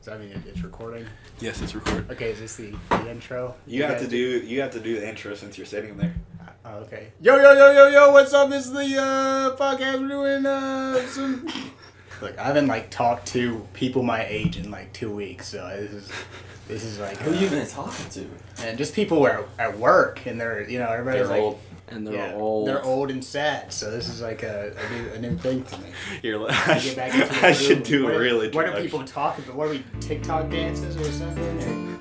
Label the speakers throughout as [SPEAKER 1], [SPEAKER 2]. [SPEAKER 1] So I mean, it, it's recording.
[SPEAKER 2] Yes, it's recorded.
[SPEAKER 1] Okay, is this the, the intro?
[SPEAKER 2] You have
[SPEAKER 1] guys-
[SPEAKER 2] to do you have to do the intro since you're sitting there.
[SPEAKER 1] Oh, okay. Yo, yo, yo, yo, yo! What's up? This is the uh, podcast. We're doing uh, some. Look, I haven't like talked to people my age in like two weeks, so this is this is like
[SPEAKER 3] Who you
[SPEAKER 1] uh,
[SPEAKER 3] been talking to?
[SPEAKER 1] and just people who are at work and they're you know everybody's like
[SPEAKER 3] And
[SPEAKER 1] yeah, they're old and sad. So this is like a, a, new, a new thing for me.
[SPEAKER 2] You're like,
[SPEAKER 1] To
[SPEAKER 2] I,
[SPEAKER 1] get
[SPEAKER 2] should,
[SPEAKER 1] back into the
[SPEAKER 2] I should
[SPEAKER 1] groove.
[SPEAKER 2] do
[SPEAKER 1] what
[SPEAKER 2] a
[SPEAKER 1] are-
[SPEAKER 2] real
[SPEAKER 1] What are
[SPEAKER 2] introduction.
[SPEAKER 1] people talking? But what are we TikTok dances or something?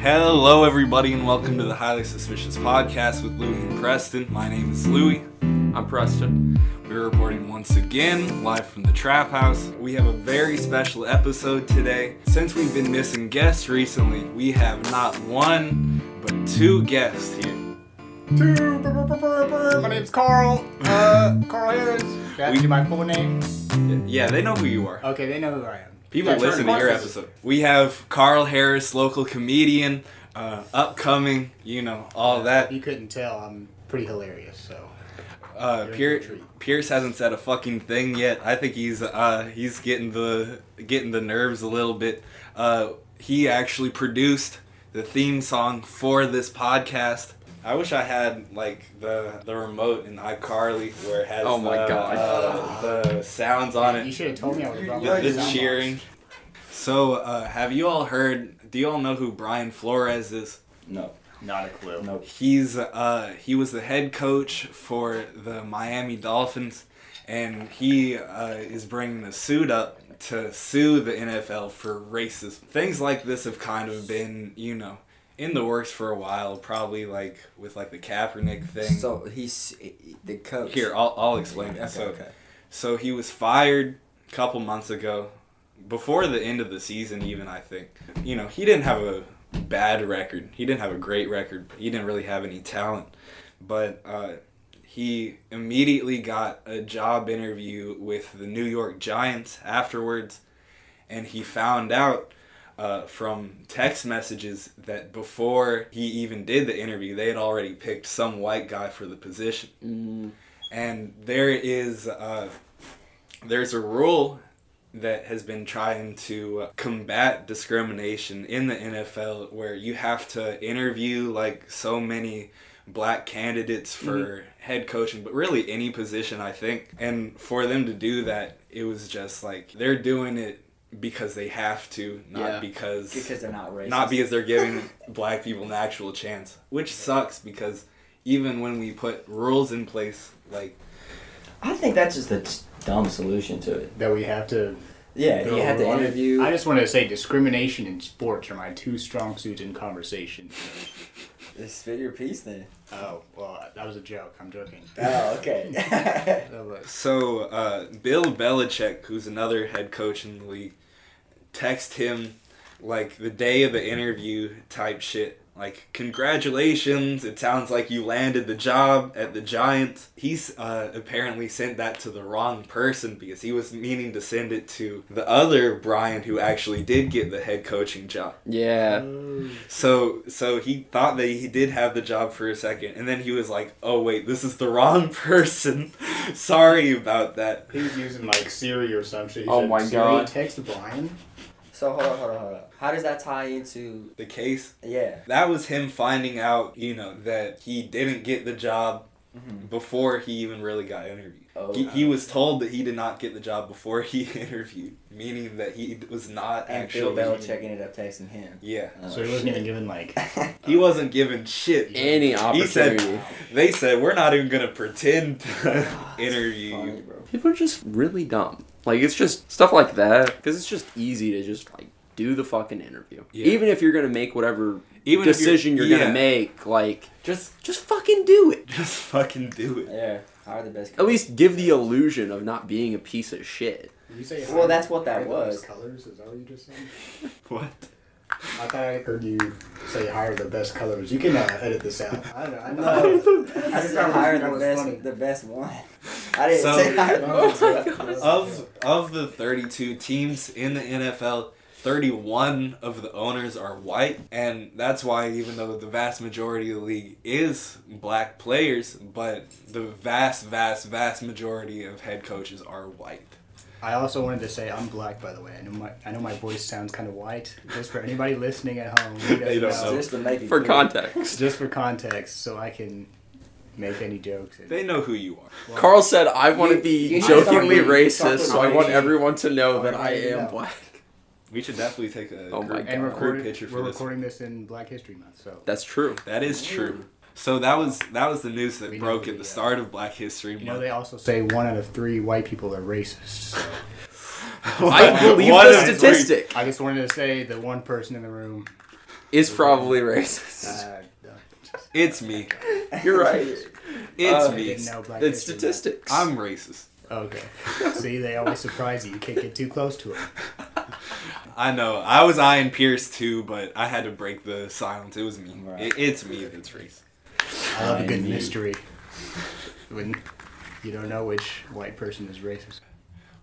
[SPEAKER 2] Hello, everybody, and welcome to the Highly Suspicious Podcast with Louie and Preston. My name is Louie.
[SPEAKER 3] I'm Preston.
[SPEAKER 2] We're reporting once again live from the Trap House. We have a very special episode today. Since we've been missing guests recently, we have not one but two guests here.
[SPEAKER 1] Two. brr, brr, brr, brr, brr. My name's Carl. Uh, Carl Harris. Should I
[SPEAKER 2] We-
[SPEAKER 1] do my full name?
[SPEAKER 2] Yeah, they know who you are.
[SPEAKER 1] Okay, they know who I am.
[SPEAKER 2] People
[SPEAKER 3] Yeah, turn
[SPEAKER 2] listen to your
[SPEAKER 3] horses.
[SPEAKER 2] episode. We have Carl Harris, local comedian, uh, upcoming, you know, all that.
[SPEAKER 1] You couldn't tell. I'm pretty hilarious. So You're
[SPEAKER 2] Uh,
[SPEAKER 1] in
[SPEAKER 2] Pier-
[SPEAKER 1] for a treat.
[SPEAKER 2] Pierce hasn't said a fucking thing yet. I think he's uh, he's getting the getting the nerves a little bit. Uh, he actually produced the theme song for this podcast. I wish I had like the the remote in iCarly where it has
[SPEAKER 3] Oh my
[SPEAKER 2] the,
[SPEAKER 3] God.
[SPEAKER 2] uh, the sounds on it.
[SPEAKER 1] you should have told me I would have brought
[SPEAKER 2] Yeah,
[SPEAKER 1] my
[SPEAKER 2] the
[SPEAKER 1] sound
[SPEAKER 2] cheering.
[SPEAKER 1] box.
[SPEAKER 2] So, uh, have you all heard? Do you all know who Brian Flores is?
[SPEAKER 3] No.
[SPEAKER 1] Not a clue.
[SPEAKER 3] Nope.
[SPEAKER 2] He's uh, he was the head coach for the Miami Dolphins, and he uh, is bringing a suit up to sue the NFL for racism. Things like this have kind of been, you know, in the works for a while. Probably like with like the Kaepernick thing.
[SPEAKER 3] So he's the coach.
[SPEAKER 2] Here, I'll, I'll explain
[SPEAKER 3] Okay,
[SPEAKER 2] it. So,
[SPEAKER 3] okay.
[SPEAKER 2] so he was fired a couple months ago, before the end of the season, even, I think. You know, he didn't have a bad record. He didn't have a great record. He didn't really have any talent. But uh, he immediately got a job interview with the New York Giants afterwards, and he found out. Uh, from text messages that before he even did the interview, they had already picked some white guy for the position
[SPEAKER 3] Mm,
[SPEAKER 2] and there is uh, there's a rule that has been trying to combat discrimination in the NFL where you have to interview like so many black candidates for
[SPEAKER 3] Mm-hmm.
[SPEAKER 2] head coaching but really any position I think and for them to do that it was just like they're doing it because they have to not
[SPEAKER 3] Yeah.
[SPEAKER 2] because
[SPEAKER 3] because they're not racist.
[SPEAKER 2] not because they're giving black people an actual chance, which sucks because even when we put rules in place, like
[SPEAKER 3] I think that's just a t- dumb solution to it.
[SPEAKER 1] That we have to.
[SPEAKER 3] Yeah,
[SPEAKER 1] go
[SPEAKER 3] you have to
[SPEAKER 1] on.
[SPEAKER 3] interview.
[SPEAKER 1] I just want to say discrimination in sports are my two strong suits in conversation.
[SPEAKER 3] Just spit your piece then.
[SPEAKER 1] Oh well, that was a joke. I'm joking.
[SPEAKER 3] Oh, okay.
[SPEAKER 1] That was-
[SPEAKER 2] so, uh, Bill Belichick, who's another head coach in the league, text him like the day of the interview type shit. Like, congratulations! It sounds like you landed the job at the Giants. He's uh, apparently sent that to the wrong person because he was meaning to send it to the other Brian who actually did get the head coaching job.
[SPEAKER 3] yeah.
[SPEAKER 1] Oh.
[SPEAKER 2] So so he thought that he did have the job for a second, and then he was like, "Oh wait, this is the wrong person. Sorry about that."
[SPEAKER 1] He was using like Siri or some shit. He
[SPEAKER 3] Oh
[SPEAKER 1] said,
[SPEAKER 3] my
[SPEAKER 1] "Siri,
[SPEAKER 3] God.
[SPEAKER 1] Text Brian.
[SPEAKER 3] So hold on, hold on, hold on. How does that tie into?
[SPEAKER 2] The case
[SPEAKER 3] Yeah.
[SPEAKER 2] that was him finding out, you know, that he didn't get the job
[SPEAKER 3] Mhm.
[SPEAKER 2] before he even really got interviewed.
[SPEAKER 3] Oh,
[SPEAKER 2] He, he was told that he did not get the job before he interviewed, meaning that he was not
[SPEAKER 3] and Bill
[SPEAKER 2] actually.
[SPEAKER 3] Belichick ended up texting him.
[SPEAKER 2] Yeah,
[SPEAKER 3] Oh,
[SPEAKER 1] so he wasn't even given like.
[SPEAKER 3] shit.
[SPEAKER 2] he wasn't given shit.
[SPEAKER 4] any
[SPEAKER 2] He said-
[SPEAKER 4] opportunity.
[SPEAKER 2] They said we're not even gonna pretend to interview you.
[SPEAKER 3] Funny, bro.
[SPEAKER 4] People are just really dumb. Like it's just stuff like that because it's just easy to just like do the fucking interview.
[SPEAKER 2] Yeah.
[SPEAKER 4] Even if you're gonna make whatever
[SPEAKER 2] Even if you're-
[SPEAKER 4] decision you're,
[SPEAKER 2] yeah.
[SPEAKER 4] gonna make, like
[SPEAKER 2] Just
[SPEAKER 4] just fucking do it.
[SPEAKER 2] Just fucking do it.
[SPEAKER 3] Yeah. Hire the best.
[SPEAKER 4] At least give the illusion of not being a piece of shit.
[SPEAKER 1] You say
[SPEAKER 3] Well, that's what that
[SPEAKER 1] hire those
[SPEAKER 3] was.
[SPEAKER 1] Colors is that what you just said?
[SPEAKER 2] What?
[SPEAKER 1] I thought I heard you say hire the best colors. You can uh, edit this out. I don't know. I thought-
[SPEAKER 3] No.
[SPEAKER 1] I
[SPEAKER 3] I
[SPEAKER 1] just
[SPEAKER 3] just
[SPEAKER 1] thought
[SPEAKER 3] hired
[SPEAKER 1] that
[SPEAKER 3] the
[SPEAKER 1] was
[SPEAKER 3] best,
[SPEAKER 1] funny.
[SPEAKER 3] the best one. I didn't
[SPEAKER 2] So-
[SPEAKER 3] say hire the
[SPEAKER 1] Oh
[SPEAKER 3] best.
[SPEAKER 1] my
[SPEAKER 3] one.
[SPEAKER 1] gosh.
[SPEAKER 2] Of of the 32 teams in the NFL, 31 of the owners are white, and that's why even though the vast majority of the league is black players, but the vast vast vast majority of head coaches are white.
[SPEAKER 1] I also wanted to say I'm black, by the way. I know my I know my voice sounds kind of white. Just for anybody listening at home, who
[SPEAKER 2] They
[SPEAKER 1] doesn't
[SPEAKER 2] don't
[SPEAKER 1] know.
[SPEAKER 2] know.
[SPEAKER 3] Just to make it
[SPEAKER 4] For
[SPEAKER 3] clear.
[SPEAKER 4] context,
[SPEAKER 1] Just for context, so I can make any jokes.
[SPEAKER 2] They know who you are.
[SPEAKER 1] Well,
[SPEAKER 4] Carl said, "I want to
[SPEAKER 3] You-
[SPEAKER 4] be
[SPEAKER 3] you
[SPEAKER 1] start
[SPEAKER 4] jokingly
[SPEAKER 1] being-
[SPEAKER 4] racist,
[SPEAKER 1] start
[SPEAKER 4] so I want
[SPEAKER 1] being-
[SPEAKER 4] everyone to know that I
[SPEAKER 1] Alright,
[SPEAKER 4] am
[SPEAKER 1] yeah.
[SPEAKER 4] black."
[SPEAKER 2] We should definitely take a
[SPEAKER 4] Oh my
[SPEAKER 2] group,
[SPEAKER 4] God.
[SPEAKER 1] and
[SPEAKER 4] Group
[SPEAKER 1] recorded,
[SPEAKER 2] picture for
[SPEAKER 1] we're
[SPEAKER 2] this.
[SPEAKER 1] recording this in Black History Month, so
[SPEAKER 4] That's true.
[SPEAKER 2] That is true. So that was that was the news that
[SPEAKER 1] We know
[SPEAKER 2] broke
[SPEAKER 1] who
[SPEAKER 2] at
[SPEAKER 1] we
[SPEAKER 2] the
[SPEAKER 1] are.
[SPEAKER 2] start of Black History Month.
[SPEAKER 1] you know they also say one out of three white people are racist. So
[SPEAKER 4] I believe
[SPEAKER 2] One
[SPEAKER 4] the
[SPEAKER 2] of three.
[SPEAKER 4] statistic
[SPEAKER 1] I just wanted to say the one person in the room.
[SPEAKER 4] is probably racist.
[SPEAKER 1] Uh,
[SPEAKER 2] It's me.
[SPEAKER 4] You're right.
[SPEAKER 2] It's
[SPEAKER 4] Uh,
[SPEAKER 1] Oh, I
[SPEAKER 2] me.
[SPEAKER 1] didn't know Black
[SPEAKER 4] It's
[SPEAKER 1] History Month.
[SPEAKER 4] statistics.
[SPEAKER 2] I'm racist.
[SPEAKER 1] Okay. See, they always surprise you. You can't get too close to them.
[SPEAKER 2] I know. I was eyeing Pierce too, but I had to break the silence. It was me.
[SPEAKER 3] Right.
[SPEAKER 2] It, it's me that's racist.
[SPEAKER 1] I love a good
[SPEAKER 3] I mean-
[SPEAKER 1] mystery. When you don't know which white person is racist.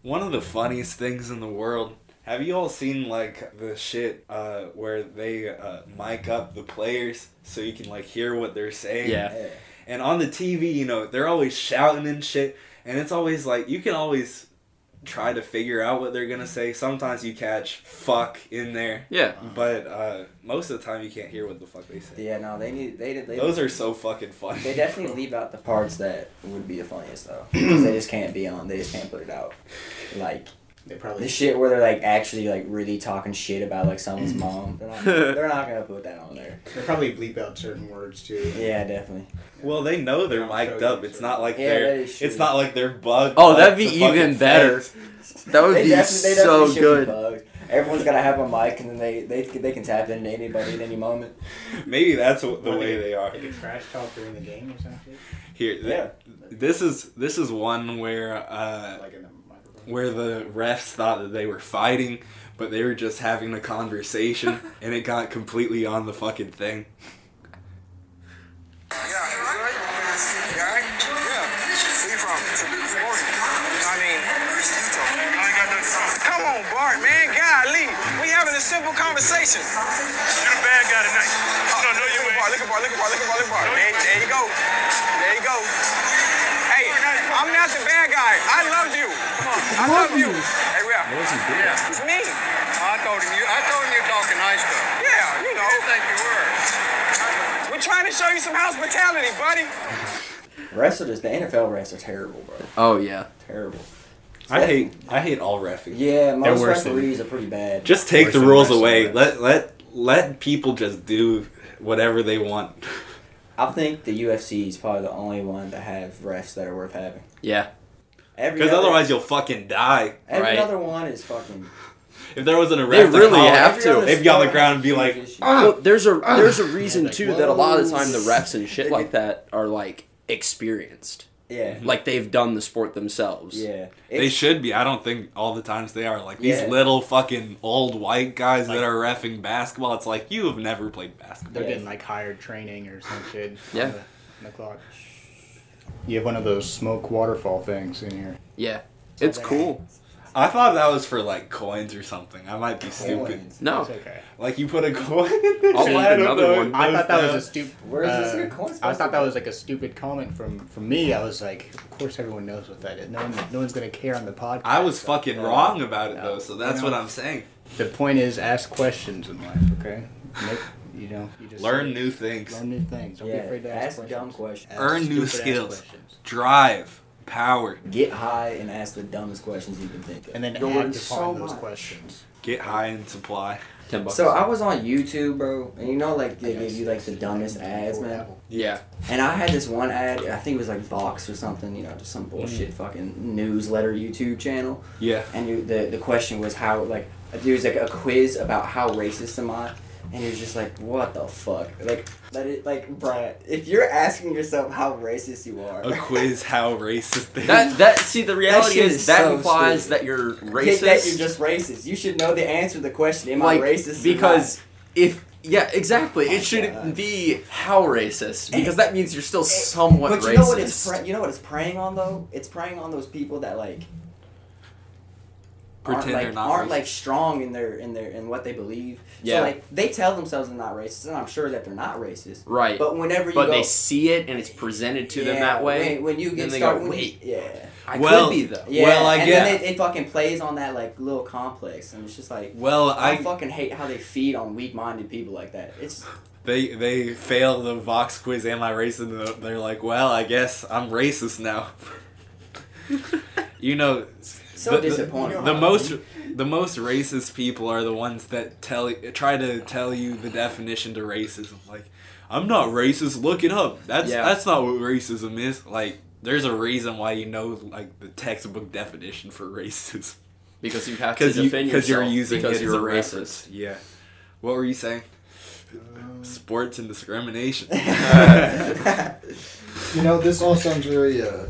[SPEAKER 2] One of the funniest things in the world. Have you all seen like the shit uh, where they uh, mic up the players so you can like hear what they're saying?
[SPEAKER 4] Yeah.
[SPEAKER 3] Yeah.
[SPEAKER 2] And on the TV, you know, they're always shouting and shit, and it's always like you can always try to figure out what they're gonna say. Sometimes you catch fuck in there,
[SPEAKER 4] yeah.
[SPEAKER 2] but uh, most of the time you can't hear what the fuck they say.
[SPEAKER 3] Yeah, no, they need they did they
[SPEAKER 2] Those are so fucking funny.
[SPEAKER 3] they definitely leave out the parts that would be the funniest though. 'Cause they just can't be on. They just can't put it out. Like
[SPEAKER 1] They
[SPEAKER 3] the
[SPEAKER 1] probably
[SPEAKER 3] shit where they're like actually like really talking shit about like someone's
[SPEAKER 2] Mm.
[SPEAKER 3] mom. They're not, they're not gonna put that on there.
[SPEAKER 1] they probably bleep out certain words too.
[SPEAKER 3] Yeah, definitely.
[SPEAKER 2] Well, they know they're
[SPEAKER 1] Yeah,
[SPEAKER 2] mic'd
[SPEAKER 1] so
[SPEAKER 2] up.
[SPEAKER 1] you-
[SPEAKER 2] It's not like
[SPEAKER 3] Yeah, that
[SPEAKER 2] they're.
[SPEAKER 3] is true.
[SPEAKER 2] It's not like they're bugged.
[SPEAKER 4] Oh,
[SPEAKER 2] by
[SPEAKER 4] that'd be
[SPEAKER 2] the fucking
[SPEAKER 4] even better.
[SPEAKER 2] feds.
[SPEAKER 4] That would
[SPEAKER 3] They
[SPEAKER 4] be
[SPEAKER 3] definitely- they
[SPEAKER 4] so
[SPEAKER 3] definitely should be
[SPEAKER 4] good.
[SPEAKER 3] bugged. Everyone's gotta have a mic, and then they they they can tap into anybody at any moment.
[SPEAKER 2] Maybe that's what, the
[SPEAKER 1] Or
[SPEAKER 2] way they are.
[SPEAKER 1] They could trash talk during the game or something.
[SPEAKER 2] Here, th-
[SPEAKER 3] Yeah.
[SPEAKER 2] this is this is one where uh,
[SPEAKER 1] Like in the microphone.
[SPEAKER 2] where the refs thought that they were fighting, but they were just having a conversation, and it got completely on the fucking thing.
[SPEAKER 5] Yeah, you good? You alright? Yeah. Where you from? Oregon. I mean, Utah. I ain't got nothing to Come on, Bart, man. Golly. We having a simple conversation.
[SPEAKER 6] You're the bad guy tonight. You don't know
[SPEAKER 5] look
[SPEAKER 6] your
[SPEAKER 5] at
[SPEAKER 6] way.
[SPEAKER 5] Bart, look at Bart, look at Bart, look at Bart, look at Bart. There, there you go. There you go. Hey, I'm not the bad guy. I loved you. I love you. Hey, we out.
[SPEAKER 6] Yeah.
[SPEAKER 5] It's me.
[SPEAKER 6] I told him you. I told him you're talking nice stuff.
[SPEAKER 5] Yeah, you know.
[SPEAKER 6] think you were.
[SPEAKER 5] We're trying to show you some hospitality, buddy.
[SPEAKER 3] Wrestlers, the NFL refs are terrible, bro.
[SPEAKER 4] Oh yeah.
[SPEAKER 3] Terrible.
[SPEAKER 2] I hate I hate all refing.
[SPEAKER 3] Yeah, most
[SPEAKER 1] worse than-
[SPEAKER 3] referees are pretty bad.
[SPEAKER 2] Just take
[SPEAKER 1] Or
[SPEAKER 2] the
[SPEAKER 1] some
[SPEAKER 2] rules
[SPEAKER 1] wrestling
[SPEAKER 2] away.
[SPEAKER 1] refs.
[SPEAKER 2] Let let let people just do whatever they want.
[SPEAKER 3] I think the UFC is probably the only one that have refs that are worth having.
[SPEAKER 4] Yeah.
[SPEAKER 3] Every
[SPEAKER 2] Because
[SPEAKER 3] other-
[SPEAKER 2] otherwise you'll fucking die.
[SPEAKER 3] every
[SPEAKER 4] Right.
[SPEAKER 3] other one is fucking. Oh,
[SPEAKER 2] If there wasn't a ref, to
[SPEAKER 4] really
[SPEAKER 2] call it,
[SPEAKER 4] have
[SPEAKER 3] every
[SPEAKER 4] to.
[SPEAKER 3] other
[SPEAKER 2] They'd be on the
[SPEAKER 3] sport
[SPEAKER 2] ground and be
[SPEAKER 3] has
[SPEAKER 2] like,
[SPEAKER 3] huge issues.
[SPEAKER 7] "Ah."
[SPEAKER 4] Well, there's a there's a reason
[SPEAKER 1] Like,
[SPEAKER 4] too that a lot of the
[SPEAKER 3] whoa.
[SPEAKER 4] time the refs and shit like that are like experienced,
[SPEAKER 3] yeah,
[SPEAKER 4] like they've done the sport themselves.
[SPEAKER 3] yeah.
[SPEAKER 2] They should be. I don't think all the times they are. Like these
[SPEAKER 3] Yeah.
[SPEAKER 2] little fucking old white guys that are refing basketball. It's like you have never played basketball.
[SPEAKER 1] They're
[SPEAKER 3] Yeah.
[SPEAKER 1] getting like hired training or some shit. on
[SPEAKER 4] Yeah.
[SPEAKER 1] the- on the clock. You have one of those smoke waterfall things in here.
[SPEAKER 4] Yeah. It's cool.
[SPEAKER 2] I thought that was for like coins or something. I might be stupid.
[SPEAKER 3] Coins.
[SPEAKER 4] No.
[SPEAKER 1] It's okay.
[SPEAKER 2] Like you put a coin. in there.
[SPEAKER 4] I'll
[SPEAKER 2] I
[SPEAKER 4] leave
[SPEAKER 2] don't
[SPEAKER 4] another
[SPEAKER 2] know.
[SPEAKER 4] one.
[SPEAKER 1] I thought that was a stupid.
[SPEAKER 3] Where is this good coin
[SPEAKER 1] I thought
[SPEAKER 3] supposed
[SPEAKER 1] that
[SPEAKER 3] to
[SPEAKER 1] was like a stupid comment from from me. I was like, of course everyone knows what that is. No one, no one's gonna care on the podcast.
[SPEAKER 2] I was fucking wrong about it
[SPEAKER 1] No.
[SPEAKER 2] though. So that's
[SPEAKER 1] No.
[SPEAKER 2] what I'm saying.
[SPEAKER 1] The point is, ask questions in life. Okay, Make, you know, you just
[SPEAKER 2] Learn new things.
[SPEAKER 1] learn new things. Don't
[SPEAKER 3] Yeah,
[SPEAKER 1] be afraid to ask,
[SPEAKER 3] ask
[SPEAKER 1] questions.
[SPEAKER 3] dumb questions.
[SPEAKER 1] Ask
[SPEAKER 2] Earn new
[SPEAKER 1] stupid-ass
[SPEAKER 2] skills.
[SPEAKER 1] questions.
[SPEAKER 2] Drive. Power.
[SPEAKER 3] Get high and ask the dumbest questions you can think of.
[SPEAKER 1] and then
[SPEAKER 3] You'll learn
[SPEAKER 1] act upon
[SPEAKER 3] so
[SPEAKER 1] those
[SPEAKER 3] much.
[SPEAKER 1] questions.
[SPEAKER 2] Get high in supply.
[SPEAKER 4] Ten bucks.
[SPEAKER 3] So I was on YouTube, bro, and you know, like they give you like the dumbest ads, man.
[SPEAKER 4] yeah.
[SPEAKER 3] And I had this one ad, I think it was like Vox or something, you know, just
[SPEAKER 4] Mm.
[SPEAKER 3] some bullshit fucking newsletter YouTube channel.
[SPEAKER 2] Yeah.
[SPEAKER 3] And you, the the question was how like there was like a quiz about how racist am I, and it was just like what the fuck like let it like bruh if you're asking yourself how racist you are.
[SPEAKER 2] A quiz. How racist they.
[SPEAKER 4] That that see the reality
[SPEAKER 3] shit
[SPEAKER 4] is,
[SPEAKER 3] is
[SPEAKER 4] that
[SPEAKER 3] so
[SPEAKER 4] implies
[SPEAKER 3] stupid.
[SPEAKER 4] that you're
[SPEAKER 3] Think
[SPEAKER 4] racist.
[SPEAKER 3] that you're just racist. You should know the answer to the question. Am
[SPEAKER 4] like
[SPEAKER 3] I racist? or
[SPEAKER 4] because if yeah exactly
[SPEAKER 3] Oh my
[SPEAKER 4] it shouldn't
[SPEAKER 3] God.
[SPEAKER 4] be how racist because that means you're still
[SPEAKER 3] not?
[SPEAKER 4] somewhat
[SPEAKER 3] But
[SPEAKER 4] racist.
[SPEAKER 3] you know what it's pre- you know what it's preying on though? It's preying on those people that like
[SPEAKER 2] Pretend
[SPEAKER 3] aren't
[SPEAKER 2] they're
[SPEAKER 3] like,
[SPEAKER 2] not
[SPEAKER 3] aren't
[SPEAKER 2] racist.
[SPEAKER 3] like strong in their in their in what they believe.
[SPEAKER 4] Yeah.
[SPEAKER 3] So like they tell themselves they're not racist, and I'm sure that they're not racist.
[SPEAKER 4] right. But,
[SPEAKER 3] But whenever you go,
[SPEAKER 4] they see it and it's presented to them
[SPEAKER 3] Yeah,
[SPEAKER 4] that way.
[SPEAKER 3] When, when you
[SPEAKER 4] then
[SPEAKER 3] get
[SPEAKER 4] they
[SPEAKER 3] started,
[SPEAKER 4] go,
[SPEAKER 3] when-
[SPEAKER 4] "Wait."
[SPEAKER 3] yeah,
[SPEAKER 4] I
[SPEAKER 2] Well,
[SPEAKER 4] could be though.
[SPEAKER 3] Yeah,
[SPEAKER 2] Well, I
[SPEAKER 3] and
[SPEAKER 2] get-
[SPEAKER 3] then it, it fucking plays on that like little complex, and it's just like
[SPEAKER 2] Well,
[SPEAKER 3] I,
[SPEAKER 2] I
[SPEAKER 3] fucking hate how they feed on weak-minded people like that. It's
[SPEAKER 2] they they fail the Vox quiz. Am I racist? And they're- They're like, well, I guess I'm racist now. you know,
[SPEAKER 3] so
[SPEAKER 2] the- the-
[SPEAKER 3] disappointing.
[SPEAKER 2] The most the most racist people are the ones that tell try to tell you the definition to racism. Like, I'm not racist. Look it up. That's
[SPEAKER 4] Yeah.
[SPEAKER 2] that's not what racism is. Like, there's a reason why you know like the textbook definition for racism
[SPEAKER 4] Because you have to
[SPEAKER 2] because you
[SPEAKER 4] defend
[SPEAKER 2] because you're
[SPEAKER 4] yourself
[SPEAKER 2] using
[SPEAKER 4] because
[SPEAKER 2] it
[SPEAKER 4] you're racist.
[SPEAKER 2] as a reference. Yeah. What were you saying? Sports and discrimination.
[SPEAKER 1] You know, this all sounds very uh,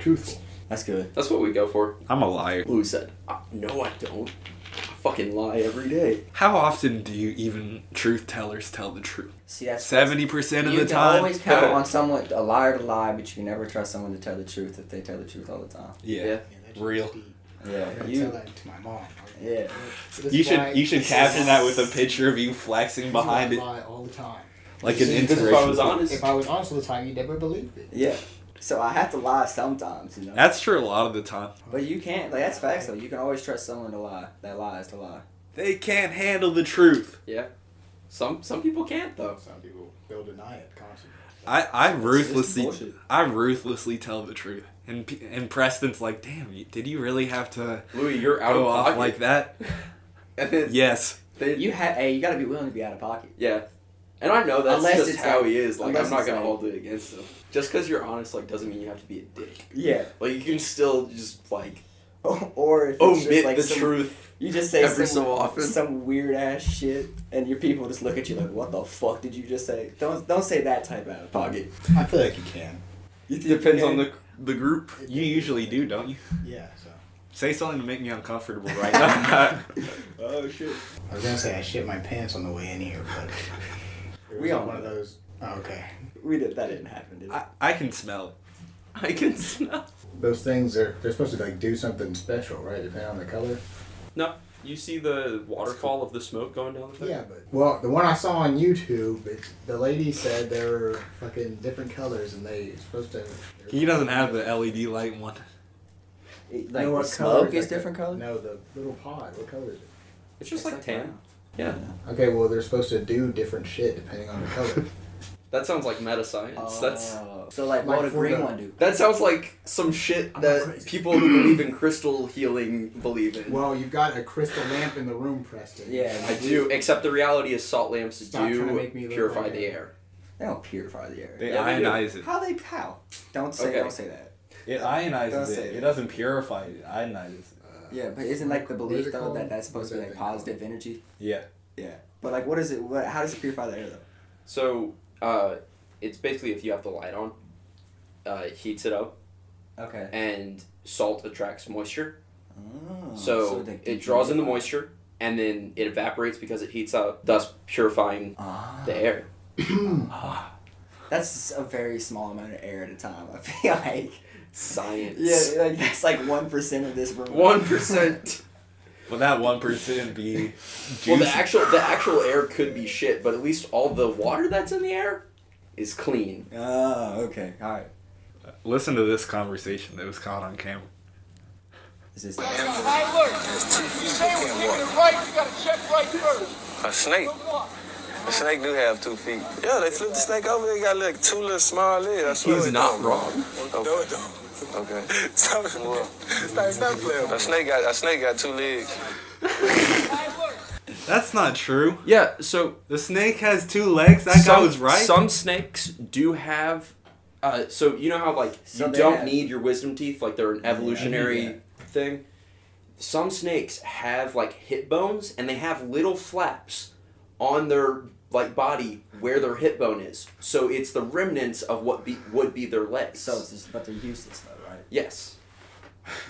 [SPEAKER 1] truthful.
[SPEAKER 3] That's good.
[SPEAKER 4] That's what we go for.
[SPEAKER 2] I'm a liar.
[SPEAKER 4] Lou said, "Uh, "No, I don't. I fucking lie every day."
[SPEAKER 2] How often do you even truth tellers tell the truth?
[SPEAKER 3] See, that's
[SPEAKER 2] Seventy percent of
[SPEAKER 3] you
[SPEAKER 2] the
[SPEAKER 3] can
[SPEAKER 2] time.
[SPEAKER 3] always count on someone a liar to lie, but you can never trust someone to tell the truth if they tell the truth all the time.
[SPEAKER 2] yeah. Real.
[SPEAKER 3] Yeah,
[SPEAKER 1] You tell
[SPEAKER 3] you.
[SPEAKER 1] that to my mom.
[SPEAKER 3] Yeah,
[SPEAKER 1] This
[SPEAKER 2] You
[SPEAKER 1] is why-
[SPEAKER 2] should you should
[SPEAKER 1] this
[SPEAKER 2] caption
[SPEAKER 1] is-
[SPEAKER 2] that with a picture of you flexing
[SPEAKER 1] this is why I
[SPEAKER 2] behind it,
[SPEAKER 1] lie all the time.
[SPEAKER 2] like an
[SPEAKER 1] This
[SPEAKER 4] Because if I
[SPEAKER 2] inspiration.
[SPEAKER 4] was honest,
[SPEAKER 1] If I was honest all the time, you'd never believe it.
[SPEAKER 3] yeah. So I have to lie sometimes, you know.
[SPEAKER 2] That's true a lot of the time.
[SPEAKER 3] but you can't. Like that's facts though. You can always trust someone to lie. That lies to lie.
[SPEAKER 2] They can't handle the truth.
[SPEAKER 4] some some people can't though.
[SPEAKER 1] Some people will deny it constantly.
[SPEAKER 2] I, I
[SPEAKER 4] It's
[SPEAKER 2] ruthlessly
[SPEAKER 4] bullshit.
[SPEAKER 2] I ruthlessly tell the truth, and P- and Preston's like, damn, you- did you really have to
[SPEAKER 4] Louis, you're out
[SPEAKER 2] go
[SPEAKER 4] of
[SPEAKER 2] off
[SPEAKER 4] pocket.
[SPEAKER 2] like that?
[SPEAKER 4] and then,
[SPEAKER 2] Yes.
[SPEAKER 4] they,
[SPEAKER 3] You ha- hey, you gotta be willing to be out of pocket.
[SPEAKER 4] yeah. And I know that's
[SPEAKER 3] Unless
[SPEAKER 4] just
[SPEAKER 3] it's
[SPEAKER 4] how
[SPEAKER 3] like-
[SPEAKER 4] he is. Like
[SPEAKER 3] unless
[SPEAKER 4] I'm not
[SPEAKER 3] it's
[SPEAKER 4] gonna
[SPEAKER 3] like-
[SPEAKER 4] hold it against him. Just because you're honest, like, doesn't mean you have to be a dick.
[SPEAKER 3] Yeah.
[SPEAKER 4] Like you can still just like
[SPEAKER 3] or if it's
[SPEAKER 4] omit
[SPEAKER 3] just like
[SPEAKER 4] the
[SPEAKER 3] some-
[SPEAKER 4] truth.
[SPEAKER 3] You just say
[SPEAKER 4] every
[SPEAKER 3] some,
[SPEAKER 4] so often.
[SPEAKER 3] some weird ass shit, and your people just look at you like, "What the fuck did you just say?" Don't don't say that type out of pocket.
[SPEAKER 1] I feel like you can.
[SPEAKER 4] It
[SPEAKER 2] Depends on the the group. You usually do, don't you?
[SPEAKER 1] Yeah, so.
[SPEAKER 2] Say something to make me uncomfortable right now.
[SPEAKER 4] Oh shit.
[SPEAKER 1] I was gonna say I shit my pants on the way in here, but it was
[SPEAKER 3] We
[SPEAKER 1] like
[SPEAKER 3] all
[SPEAKER 1] one of
[SPEAKER 3] know.
[SPEAKER 1] those. Oh, okay,
[SPEAKER 3] We did that didn't happen, did it?
[SPEAKER 2] I, I can smell it.
[SPEAKER 4] I can smell.
[SPEAKER 1] those things are they're supposed to like do something special, right? Depending on the color.
[SPEAKER 7] You see the waterfall of the smoke going down the thing?
[SPEAKER 1] Yeah, but well, the one I saw on YouTube, it's, the lady said there were fucking different colors, and they supposed to.
[SPEAKER 2] He doesn't have the LED light one.
[SPEAKER 3] It-
[SPEAKER 1] You
[SPEAKER 3] like
[SPEAKER 1] know
[SPEAKER 3] the
[SPEAKER 1] what color
[SPEAKER 3] smoke
[SPEAKER 1] is
[SPEAKER 3] is
[SPEAKER 1] like the-
[SPEAKER 3] different color.
[SPEAKER 1] No, the little pod. What color is it?
[SPEAKER 7] It's just like, tan.
[SPEAKER 1] Okay, well they're supposed to do different shit depending on the color.
[SPEAKER 4] That sounds like meta science. That's
[SPEAKER 3] Oh. so like
[SPEAKER 1] Like
[SPEAKER 3] what would a
[SPEAKER 1] for
[SPEAKER 3] green
[SPEAKER 1] the-
[SPEAKER 3] one do?
[SPEAKER 4] that sounds like some shit
[SPEAKER 3] I'm
[SPEAKER 4] that
[SPEAKER 3] crazy.
[SPEAKER 4] people who believe in crystal healing believe in.
[SPEAKER 1] well, you've got a crystal lamp in the room, Preston.
[SPEAKER 3] Yeah,
[SPEAKER 4] I do, except the reality is salt lamps
[SPEAKER 1] Stop trying to
[SPEAKER 4] do
[SPEAKER 1] make me look
[SPEAKER 4] purify
[SPEAKER 1] like
[SPEAKER 4] the
[SPEAKER 1] a-
[SPEAKER 4] air.
[SPEAKER 3] They don't purify the air.
[SPEAKER 2] They
[SPEAKER 7] Yeah, they do.
[SPEAKER 2] ionize it.
[SPEAKER 3] How they how? Don't say
[SPEAKER 4] Okay.
[SPEAKER 3] don't say that.
[SPEAKER 2] It ionizes
[SPEAKER 3] Don't
[SPEAKER 2] it.
[SPEAKER 3] say
[SPEAKER 2] It
[SPEAKER 3] it.
[SPEAKER 2] doesn't purify it. It ionizes it.
[SPEAKER 3] Yeah, but isn't like the
[SPEAKER 1] What is
[SPEAKER 3] belief
[SPEAKER 1] it
[SPEAKER 3] though
[SPEAKER 1] called?
[SPEAKER 3] that that's supposed to be
[SPEAKER 1] What is that
[SPEAKER 3] like
[SPEAKER 1] thing called?
[SPEAKER 3] positive energy?
[SPEAKER 2] Yeah.
[SPEAKER 3] Yeah. But like, what is it? What? How does it purify the air though?
[SPEAKER 7] So uh, it's basically if you have the light on, uh, it heats it up,
[SPEAKER 3] Okay.
[SPEAKER 7] and salt attracts moisture.
[SPEAKER 3] Oh,
[SPEAKER 7] so
[SPEAKER 3] they
[SPEAKER 7] it draws in the
[SPEAKER 3] dehumidify.
[SPEAKER 7] moisture, and then it evaporates because it heats up, thus purifying
[SPEAKER 3] Ah.
[SPEAKER 7] the air.
[SPEAKER 3] That's a very small amount of air at a time. I feel like
[SPEAKER 7] Science.
[SPEAKER 3] yeah, like that's like one percent of this room.
[SPEAKER 7] One percent.
[SPEAKER 2] Will that one percent be juicy?
[SPEAKER 7] Well, the actual the actual air could be shit, but at least all the water that's in the air is clean.
[SPEAKER 3] Oh, okay, all right.
[SPEAKER 2] Listen to this conversation that was caught on camera.
[SPEAKER 3] Is this
[SPEAKER 8] Hey, look, you say we're keeping it right, you gotta check right first.
[SPEAKER 5] A snake. A snake do have two feet. Yeah, they flipped the snake over. They got like two little small legs. I swear
[SPEAKER 7] He's
[SPEAKER 5] it
[SPEAKER 7] not
[SPEAKER 5] don't.
[SPEAKER 7] wrong.
[SPEAKER 5] Okay. No, it don't. Okay. stop, stop, stop playing. A snake got a snake got two legs.
[SPEAKER 2] That's not true.
[SPEAKER 7] Yeah. So
[SPEAKER 2] The snake has two legs. That guy
[SPEAKER 7] some-
[SPEAKER 2] was right.
[SPEAKER 7] Some snakes do have. Uh, so you know how like
[SPEAKER 3] So
[SPEAKER 7] you
[SPEAKER 3] they
[SPEAKER 7] don't
[SPEAKER 3] have-
[SPEAKER 7] need your wisdom teeth, like they're an evolutionary thing. Some snakes have like hip bones, and they have little flaps on their like body where their hip bone is. So it's the remnants of what be, would be their legs.
[SPEAKER 3] So it's just, but they're useless though, right?
[SPEAKER 7] yes,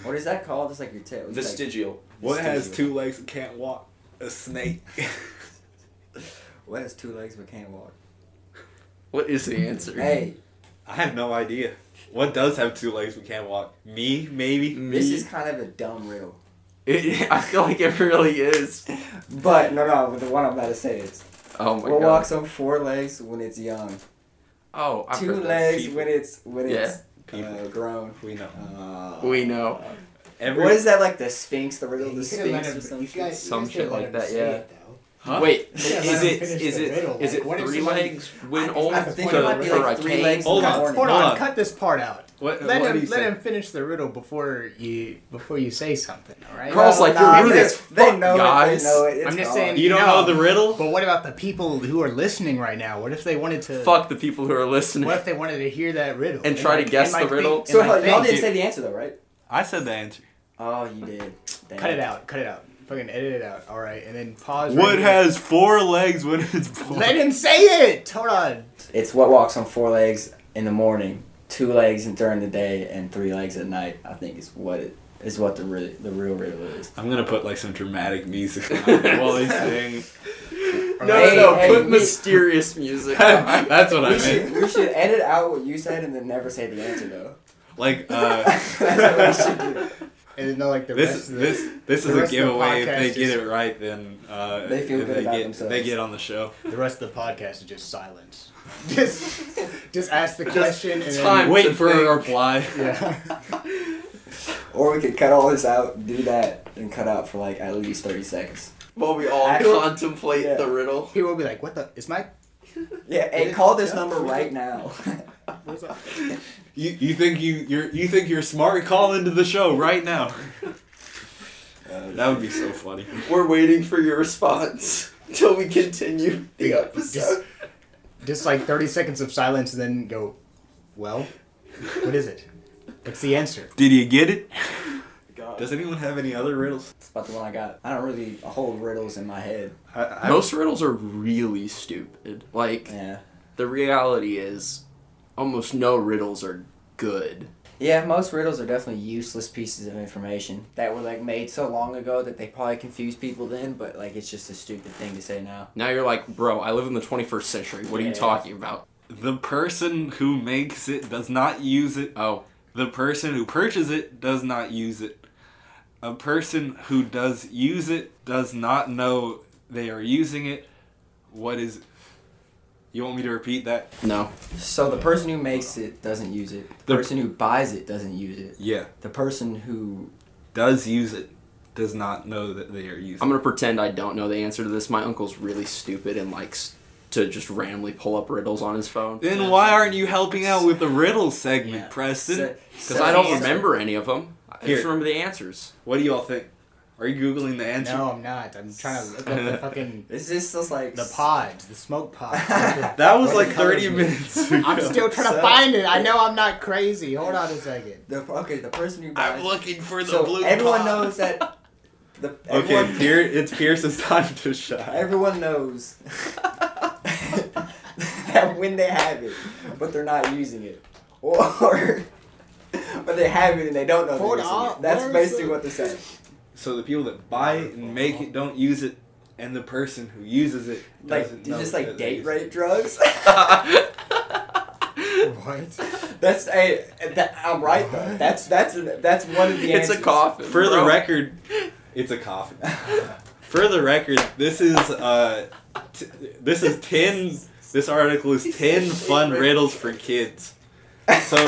[SPEAKER 3] What is that called? It's like your tail. It's like-
[SPEAKER 7] vestigial.
[SPEAKER 2] what has
[SPEAKER 7] vestigial.
[SPEAKER 2] two legs and can't walk? A snake.
[SPEAKER 3] what has two legs but can't walk?
[SPEAKER 4] What is the answer?
[SPEAKER 3] Hey,
[SPEAKER 2] I have no idea. What does have two legs but can't walk? Me, maybe.
[SPEAKER 3] this is kind of a dumb riddle.
[SPEAKER 4] It- I feel like it really is.
[SPEAKER 3] But no, no, but the one I'm about to say is
[SPEAKER 4] Oh my
[SPEAKER 3] what
[SPEAKER 4] god.
[SPEAKER 3] walks on four legs when it's young,
[SPEAKER 4] Oh, I've
[SPEAKER 3] two
[SPEAKER 4] heard that.
[SPEAKER 3] legs
[SPEAKER 4] People.
[SPEAKER 3] when it's when it's
[SPEAKER 2] People.
[SPEAKER 3] Uh, grown.
[SPEAKER 2] we know.
[SPEAKER 3] Uh,
[SPEAKER 4] We know.
[SPEAKER 2] Every,
[SPEAKER 3] What is that like the Sphinx, the riddle of the
[SPEAKER 1] You could've let
[SPEAKER 3] Sphinx
[SPEAKER 1] him-
[SPEAKER 3] or some
[SPEAKER 1] you
[SPEAKER 3] shit?
[SPEAKER 1] guys- you
[SPEAKER 4] Some
[SPEAKER 1] guys
[SPEAKER 4] shit
[SPEAKER 1] could've let
[SPEAKER 4] like
[SPEAKER 1] him
[SPEAKER 4] that,
[SPEAKER 1] say
[SPEAKER 4] yeah.
[SPEAKER 1] it, though.
[SPEAKER 2] Huh?
[SPEAKER 4] Wait,
[SPEAKER 1] Yeah, let
[SPEAKER 4] is
[SPEAKER 1] him
[SPEAKER 4] it
[SPEAKER 1] finish
[SPEAKER 4] is
[SPEAKER 1] the
[SPEAKER 4] it
[SPEAKER 1] riddle.
[SPEAKER 4] is it
[SPEAKER 1] Like, what if
[SPEAKER 4] three
[SPEAKER 1] somebody-
[SPEAKER 4] legs? Win
[SPEAKER 1] I-
[SPEAKER 4] old
[SPEAKER 1] I think
[SPEAKER 4] for,
[SPEAKER 1] it might be
[SPEAKER 4] for
[SPEAKER 1] like
[SPEAKER 4] a Oh,
[SPEAKER 3] three
[SPEAKER 4] king?
[SPEAKER 3] legs.
[SPEAKER 2] Hold
[SPEAKER 3] Cut-
[SPEAKER 2] on.
[SPEAKER 1] Hold
[SPEAKER 2] Hold
[SPEAKER 1] on,
[SPEAKER 2] on.
[SPEAKER 1] cut this part out.
[SPEAKER 2] What-
[SPEAKER 1] let
[SPEAKER 2] what do
[SPEAKER 1] him
[SPEAKER 2] you
[SPEAKER 1] let
[SPEAKER 2] say?
[SPEAKER 1] him finish the riddle before you before you say something. All right.
[SPEAKER 4] Carl's like,
[SPEAKER 3] nah,
[SPEAKER 4] you're rude
[SPEAKER 3] they-
[SPEAKER 4] as
[SPEAKER 3] They
[SPEAKER 4] fuck,
[SPEAKER 3] know
[SPEAKER 4] guys."
[SPEAKER 3] it. They know it. It's
[SPEAKER 1] I'm just
[SPEAKER 3] gone.
[SPEAKER 1] saying.
[SPEAKER 2] you don't
[SPEAKER 1] no,
[SPEAKER 2] know the riddle?
[SPEAKER 1] But what about the people who are listening right now? What if they wanted to?
[SPEAKER 4] Fuck the people who are listening.
[SPEAKER 1] What if they wanted to hear that riddle
[SPEAKER 4] And try to
[SPEAKER 1] like-
[SPEAKER 4] guess
[SPEAKER 1] and,
[SPEAKER 4] the
[SPEAKER 1] like,
[SPEAKER 4] riddle?
[SPEAKER 1] think-
[SPEAKER 3] So
[SPEAKER 1] and, like,
[SPEAKER 3] hell, y'all
[SPEAKER 1] think-
[SPEAKER 3] didn't say the answer though, right?
[SPEAKER 2] I said the answer.
[SPEAKER 3] Oh, you did. Damn.
[SPEAKER 1] Cut it out. Cut it out. Fucking edit it out. All right, and then pause. right
[SPEAKER 2] Wood
[SPEAKER 1] here.
[SPEAKER 2] has four legs when it's born.
[SPEAKER 1] Let him say it. Hold on.
[SPEAKER 3] It's what walks on four legs in the morning, two legs during the day, and three legs at night. I think is what it is what the re- the real riddle is.
[SPEAKER 2] I'm gonna put like some dramatic music on while he's saying.
[SPEAKER 4] No,
[SPEAKER 3] Hey,
[SPEAKER 4] no, no.
[SPEAKER 3] hey,
[SPEAKER 4] put
[SPEAKER 3] we-
[SPEAKER 4] mysterious music. on.
[SPEAKER 2] That's what I
[SPEAKER 3] We should,
[SPEAKER 2] meant.
[SPEAKER 3] we should edit out what you said and then never say the answer though.
[SPEAKER 2] Like, uh,
[SPEAKER 3] That's what we should do.
[SPEAKER 1] And then no, like the
[SPEAKER 2] this
[SPEAKER 1] rest of the,
[SPEAKER 2] this this
[SPEAKER 1] the
[SPEAKER 2] is a
[SPEAKER 1] rest of the
[SPEAKER 2] giveaway. If they
[SPEAKER 1] podcast
[SPEAKER 2] get
[SPEAKER 1] is-
[SPEAKER 2] it right, then uh,
[SPEAKER 3] They feel
[SPEAKER 2] then
[SPEAKER 3] good
[SPEAKER 2] they
[SPEAKER 3] about
[SPEAKER 2] get,
[SPEAKER 3] themselves.
[SPEAKER 2] They get on the show.
[SPEAKER 1] the rest of the podcast is just silence. just just ask the question and then-
[SPEAKER 4] time.
[SPEAKER 2] Wait for
[SPEAKER 4] think.
[SPEAKER 2] a reply.
[SPEAKER 1] Yeah.
[SPEAKER 3] Or we could cut all this out, do that, and cut out for like at least thirty seconds.
[SPEAKER 4] While we all
[SPEAKER 3] Actually-
[SPEAKER 4] contemplate
[SPEAKER 3] Yeah.
[SPEAKER 4] the riddle.
[SPEAKER 1] People will be like, "What the? Is my
[SPEAKER 3] Yeah, and call this number right now.
[SPEAKER 1] what's up?"
[SPEAKER 2] You, you think you you're you think you're smart? Call into the show right now. That would be so funny.
[SPEAKER 4] We're waiting for your response till we continue the
[SPEAKER 1] Yeah, just, just like thirty seconds of silence and then go, "Well, what is it? What's the answer?"
[SPEAKER 2] Did you get it?
[SPEAKER 3] God.
[SPEAKER 2] Does anyone have any other riddles?
[SPEAKER 3] That's about the one I got. I don't really hold riddles in my head.
[SPEAKER 2] I, I,
[SPEAKER 4] Most riddles are really stupid. Like
[SPEAKER 3] Yeah.
[SPEAKER 4] the reality is, almost no riddles are good.
[SPEAKER 3] Yeah, most riddles are definitely useless pieces of information that were like made so long ago that they probably confused people then, but like it's just a stupid thing to say now.
[SPEAKER 4] Now you're like, bro, I live in the 21st century. What are
[SPEAKER 3] Yeah.
[SPEAKER 4] you talking about?
[SPEAKER 2] the person who makes it does not use it.
[SPEAKER 4] Oh,
[SPEAKER 2] The person who purchases it does not use it. A person who does use it does not know they are using it. What is You want me to repeat that?
[SPEAKER 4] no.
[SPEAKER 3] So the person who makes it doesn't use it. The
[SPEAKER 2] The-
[SPEAKER 3] person who buys it doesn't use it.
[SPEAKER 2] Yeah.
[SPEAKER 3] The person who
[SPEAKER 2] Does use it does not know that they are using
[SPEAKER 4] I'm
[SPEAKER 2] it.
[SPEAKER 4] gonna pretend I don't know the answer to this. My uncle's really stupid and likes to just randomly pull up riddles on his phone.
[SPEAKER 2] Then why aren't you helping out with the riddle segment,
[SPEAKER 1] Yeah.
[SPEAKER 2] Preston?
[SPEAKER 3] sa-
[SPEAKER 4] Because
[SPEAKER 3] says
[SPEAKER 4] I
[SPEAKER 3] the
[SPEAKER 4] don't
[SPEAKER 3] answer-
[SPEAKER 4] remember any of them. I
[SPEAKER 2] Here.
[SPEAKER 4] just remember the answers.
[SPEAKER 2] what do you all think? Are you googling the answer?
[SPEAKER 1] No, I'm not. I'm trying to look up the fucking
[SPEAKER 3] Is this just like
[SPEAKER 1] the
[SPEAKER 3] s-
[SPEAKER 1] pods, the smoke pods.
[SPEAKER 2] That was
[SPEAKER 1] What
[SPEAKER 2] like
[SPEAKER 1] the colors
[SPEAKER 2] 30
[SPEAKER 1] mean?
[SPEAKER 2] minutes ago.
[SPEAKER 1] I'm still trying to find it. I know I'm not crazy. Hold on a second.
[SPEAKER 3] The, okay, the person who buys
[SPEAKER 2] I'm looking for the
[SPEAKER 3] so
[SPEAKER 2] blue
[SPEAKER 3] everyone
[SPEAKER 2] pod.
[SPEAKER 3] knows that. The, everyone,
[SPEAKER 2] Okay, Pier, it's Pierce's time to shine.
[SPEAKER 3] Everyone knows that when they have it, but they're not using it, or but they have it and they don't know
[SPEAKER 1] Hold
[SPEAKER 3] they're using
[SPEAKER 1] on,
[SPEAKER 3] it. That's
[SPEAKER 1] where's
[SPEAKER 3] basically
[SPEAKER 1] the-
[SPEAKER 3] what they're saying.
[SPEAKER 2] So the people that buy it and make it don't use it, and the person who uses it
[SPEAKER 3] Like,
[SPEAKER 2] doesn't
[SPEAKER 3] is
[SPEAKER 2] know
[SPEAKER 3] this
[SPEAKER 2] that
[SPEAKER 3] like
[SPEAKER 2] they
[SPEAKER 3] date
[SPEAKER 2] use
[SPEAKER 3] rape drugs?
[SPEAKER 1] What?
[SPEAKER 3] that's a. That, I'm right though. That's that's that's one of the
[SPEAKER 4] It's
[SPEAKER 3] answers.
[SPEAKER 4] a coffin.
[SPEAKER 2] it. For the
[SPEAKER 4] bro.
[SPEAKER 2] record, it's a coffin. For the record, this is uh, t- this is ten. This article is ten fun riddles for kids. So